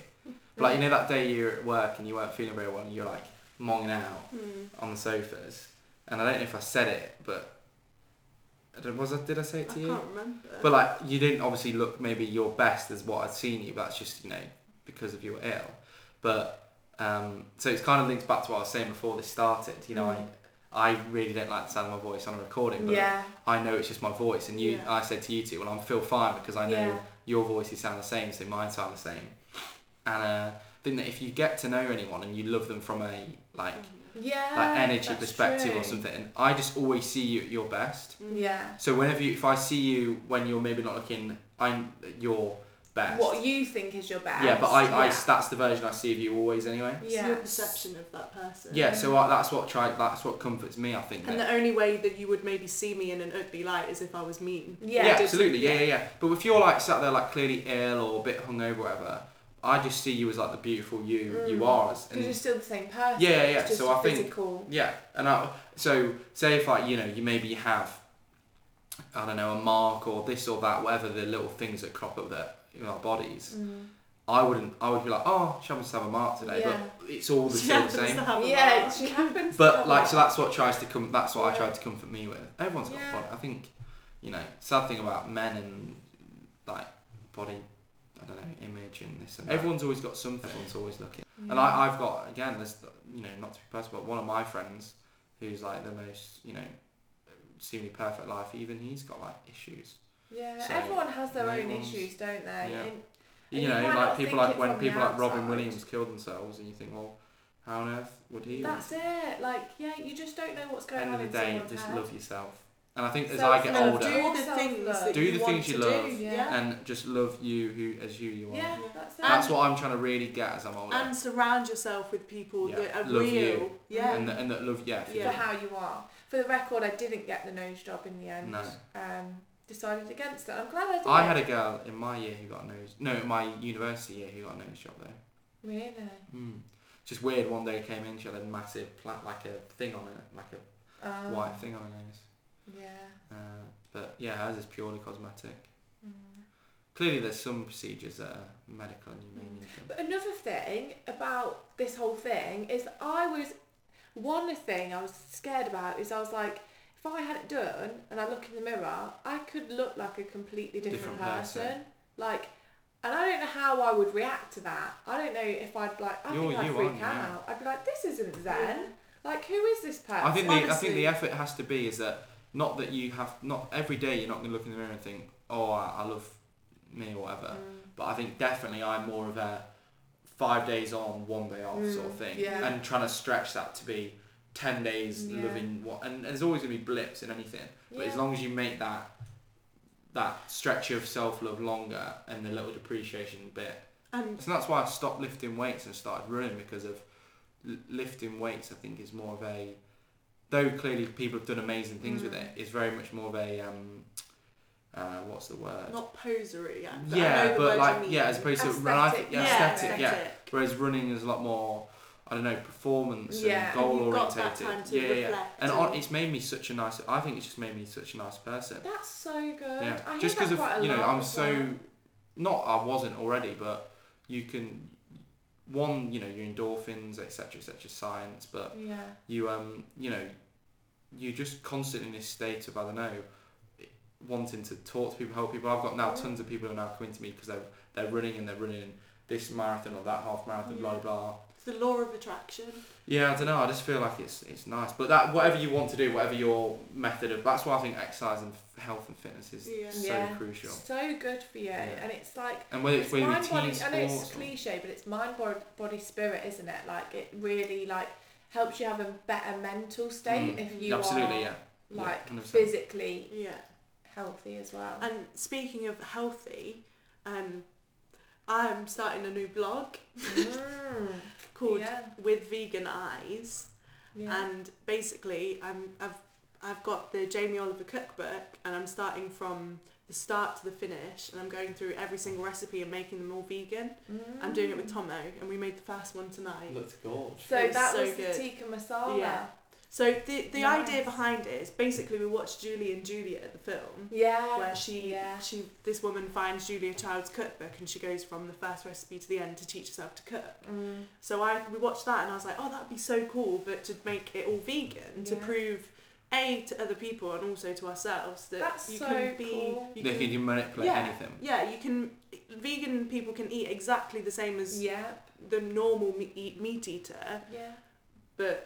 But like you know that day you were at work and you weren't feeling very well and you're like monging out
Hmm.
Mm.
on the sofas. And I don't know if I said it, but I don't- was I, did I say
I
it to you?
can't remember.
But like you didn't obviously look maybe your best as what I'd seen you, but that's just you know because of you were ill. But um, so it's kind of links back to what I was saying before this started. You know,
Mm.
I I really don't like the sound of my voice on a recording, but
yeah,
I know it's just my voice, and you,
Yeah.
I said to you two, well, I'm feel fine because I know
Yeah.
your voices sound the same, so mine sound the same. And uh, I think that if you get to know anyone and you love them from a like
yeah,
like energy
that's
perspective
true.
or something, and I just always see you at your best.
Mm.
Yeah,
So whenever you, if I see you when you're maybe not looking, I'm at your best.
what you think is your best?
yeah, but I, I,
Yeah.
that's the version I see of you always anyway.
It's your
Yeah.
perception of that person.
Yeah, so I, that's what try, that's what comforts me. I think.
And
mate.
the only way that you would maybe see me in an ugly light is if I was mean.
Yeah.
yeah, absolutely. Yeah, yeah, yeah. But if you're like sat there like clearly ill or a bit hungover, or whatever, I just see you as like the beautiful you you
Mm.
are. As,
Because you're
and,
still the same person.
Yeah, yeah, yeah.
It's just
So I think-
physical.
yeah, and I, so say if like you know you maybe have, I don't know, a mark or this or that, whatever the little things that crop up that in our bodies.
Mm.
I wouldn't. I would be like, oh, she happens to have a mark today, but it's all the
She
still the
happens to
same.
have a
Yeah,
mark.
it should happen.
But like, so that's what tries to come. That's what I
Yeah.
tried to comfort me with. Everyone's got
Yeah.
a body. I think, you know, sad thing about men and like body, I don't know, image and this and that. everyone's always got something. Everyone's always looking. And I, I've got again, this, you know, not to be personal, but one of my friends who's like the most, you know, seemingly perfect life. Even he's got like issues.
yeah,
so
everyone has their own
everyone's-
issues, don't they?
Yeah.
And-
you,
And you
know,
might
like
not
people
think
like
it
when
from the
people like Robin
outside.
Williams killed themselves, and you think, well, how on earth would he? want
that's it. Like, yeah, you just don't know what's going
end
on
of the
in
day,
someone's
just
head.
love yourself. And I think as I get
Self-love.
And
older,
Do the
Self-love.
things that
Do
you
the
want
things you
to
love.
do.
Yeah.
and just love you who as who you are.
Yeah,
Yeah.
that's it.
That's what I'm trying to really get as I'm older.
And surround yourself with people
Yeah.
that are
Love
real.
you.
Yeah.
and, that, and that love, yeah.
Yeah.
for how you are. For the record, I didn't get the nose job in the end.
No.
Um, decided against it. I'm glad I did.
I had a girl in my year who got a nose. No, in my university year who got a nose job though.
really.
Mm. Just weird. One day came in, she had a massive plat, like a thing on it, like a
Um,
white thing on her nose.
Yeah.
Uh, but yeah, hers is purely cosmetic.
Mm.
Clearly, there's some procedures that are medical and you may need them.
But another thing about this whole thing is I was one thing I was scared about is I was like, if I had it done and I look in the mirror, I could look like a completely different,
Different
person.
person.
Like, and I don't know how I would react to that. I don't know if I'd like. I
You're
think I'd
you,
freak
aren't you?
out. I'd be like, this isn't Zen.
Yeah.
Like, who is this person?
I think the I think
honestly-
the effort has to be is that not that you have not every day you're not going to look in the mirror and think, oh, I, I love meal ever.
Mm.
But I think definitely I'm more of a five days on, one day off sort of
Mm,
thing,
yeah.
and trying to stretch that to be ten days
Yeah.
living what. And, and there's always gonna be blips in anything, but as
Yeah.
long as you make that that stretch of self love longer and the little depreciation bit,
And
so that's why I stopped lifting weights and started running because of l- lifting weights. I think is more of a though clearly people have done amazing things
Mm.
with it. It's very much more of a um, uh, what's the word?
not posery. Yeah, but I know
yeah, but
the word you
like yeah,
mean.
as opposed to when I think,
Aesthetic,
yeah,
yeah.
aesthetic, yeah. Whereas running is a lot more, I don't know, performance
Yeah.
and
And
goal
you've got
oriented.
that time to
yeah, yeah, yeah.
reflect
And on,
and-
it's made me such a nice. I think it's just made me such a nice person.
That's so good.
Yeah,
I
just
because
of you know, I'm so
Well.
not I wasn't already, but you can one you know your endorphins etc etc science, but
Yeah.
you um you know you're just constantly in this state of I don't know wanting to talk to people, help people. I've got now
Yeah.
tons of people who are now coming to me because they're they're running and they're running this marathon or that half marathon, blah
Yeah.
blah blah.
It's the law of attraction.
Yeah, I don't know. I just feel like it's it's nice, but that whatever you want to do, whatever your method of that's why I think exercise and f- health and fitness is
Yeah.
so
Yeah.
crucial.
So good for you,
Yeah.
and it's like
And whether it's,
it's
whether
mind
it's team
body. I know
sports,
it's
or-
cliche, but it's mind body, body spirit, isn't it? Like it really like helps you have a better mental state
Mm.
if
Yeah,
you
absolutely,
are
yeah. Yeah,
like
100%.
physically
Yeah.
healthy as well.
And speaking of healthy, um, I'm starting a new blog
Mm.
called
yeah.
With Vegan Eyes.
Yeah.
and basically I'm I've I've got the Jamie Oliver cookbook and I'm starting from the start to the finish and I'm going through every single recipe and making them all vegan. I'm doing it with
Mm.
Tomo and we made the first one tonight.
Looks gorgeous.
So
It's
that
so
was
good.
the tikka masala.
Yeah. So the the idea
Nice.
behind it is basically we watched Julie and Juliet the film
Yeah.
where she
Yeah.
she this woman finds Julia Child's cookbook and she goes from the first recipe to the end to teach herself to cook.
Mm.
So I we watched that and I was like, oh, that'd be so cool, but to make it all vegan to
Yeah.
prove a to other people and also to ourselves that
That's
you
so
can be
cool.
you
they
can,
can, manipulate
yeah.
anything.
yeah you can vegan people can eat exactly the same as
Yeah.
the normal meat, eat, meat eater,
Yeah.
but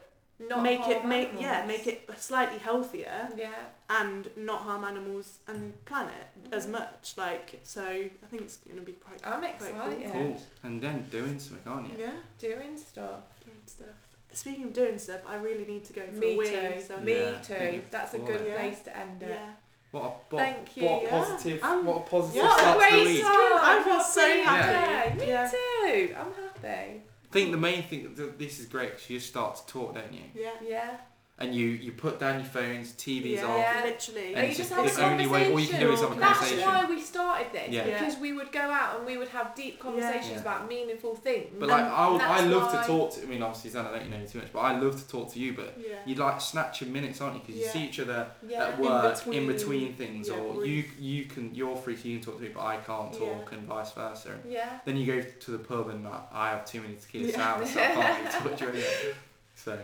Not
make it
harm
make yeah
animals.
make it slightly healthier
Yeah.
and not harm animals and planet as
Mhm.
much. Like so, I think it's gonna be quite
I'm
cool.
excited.
Cool. And then doing something, aren't you?
Oh, yeah.
Doing stuff.
Doing stuff. Speaking of doing stuff, I really need to go for
Me
a wee.
too.
So
Me uh,
Yeah, thank
too.
you
That's a
for
good
that.
place to end it.
yeah.
What a bo-
Thank you,
What a
yeah.
positive.
Um,
what a positive
yeah.
start
What
to the
Great
week.
start.
I feel
What
so
a great
happy.
day. Me
Yeah.
too. I'm happy.
I think the main thing that this is great 'cause you just start to talk, don't you?
Yeah.
Yeah.
And you you put down your phones, TVs
yeah.
off.
Yeah.
Literally.
And
you
it's
just
just
have a
the only way. All you can do is have a
conversation.
That's
conversation.
why we started this
Yeah.
because we would go out and we would have deep conversations
Yeah.
about meaningful things.
But like
And
I, would, I
that's
love
why-
to talk to. I mean, obviously, Zan, I don't know you too much, but I love to talk to you. But
yeah.
you like snatch your minutes, aren't you? Because you
Yeah.
see each other
Yeah.
at work in between,
between-
things,
yeah,
or you
brief.
you can you're free, so you can talk to me, but I can't
Yeah.
talk, and vice versa. And
Yeah.
then you go to the pub, and like, I have too many tequila
Yeah.
sours, so I can't really talk to you. Anymore. So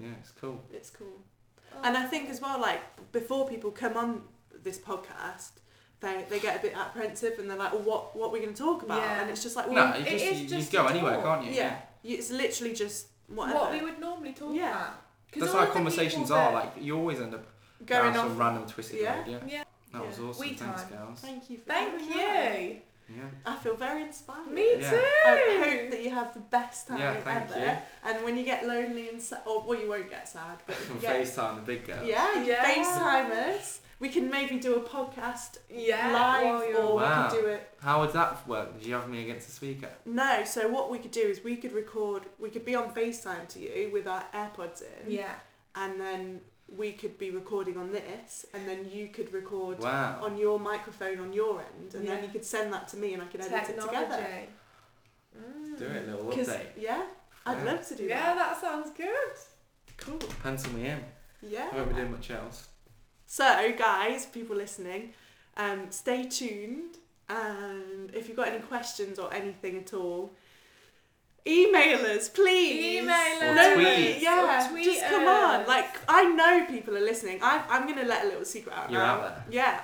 yeah, it's cool.
It's cool. And I think as well, like before people come on this podcast, they they get a bit apprehensive and they're like, well, what what are we going to talk about?
Yeah.
And it's just like,
No,
well,
you
it
just,
is
you,
just
you go
a
anywhere,
talk.
can't
yeah.
you?
You- it's literally just whatever.
what we would normally talk
Yeah.
about. 'Cause
That's
all
how
of the
conversations
people that-
are. Like you always end up
going
down
off.
some random twisted
Yeah.
road. Yeah,
Yeah.
that
Yeah.
was awesome.
We
Thanks,
time.
girls.
Thank you. For
Thank
having me.
you.
Yeah.
I feel very inspired.
Me
Yeah.
too.
I hope that you have the best time
Yeah, thank
ever.
you.
And when you get lonely and sad, or well, you won't get sad, but if you get
FaceTime the big girl.
Yeah,
Yeah.
FaceTime us. We can maybe do a podcast
Yeah, while
live
you're-
or
Wow.
we could do it.
How would that work? Did you have me against the speaker?
No, so what we could do is we could record, we could be on FaceTime to you with our AirPods in.
Yeah.
And then we could be recording on this and then you could record
Wow.
on your microphone on your end and then
Yeah.
you could send that to me and I could edit it together.
Technology. Mm.
Do it, little
'Cause-
update.
yeah, I'd
Yeah.
love to do
Yeah,
that.
that sounds good.
Cool.
Pencil me in. I won't be
Yeah.
doing much else.
So guys, people listening, um, stay tuned and if you've got any questions or anything at all, email us, please.
Email us.
Or
No,
tweet.
yeah,
Or tweet
just come on.
us.
Like I know people are listening. I, I'm gonna let a little secret out
You're
now.
out there.
Yeah,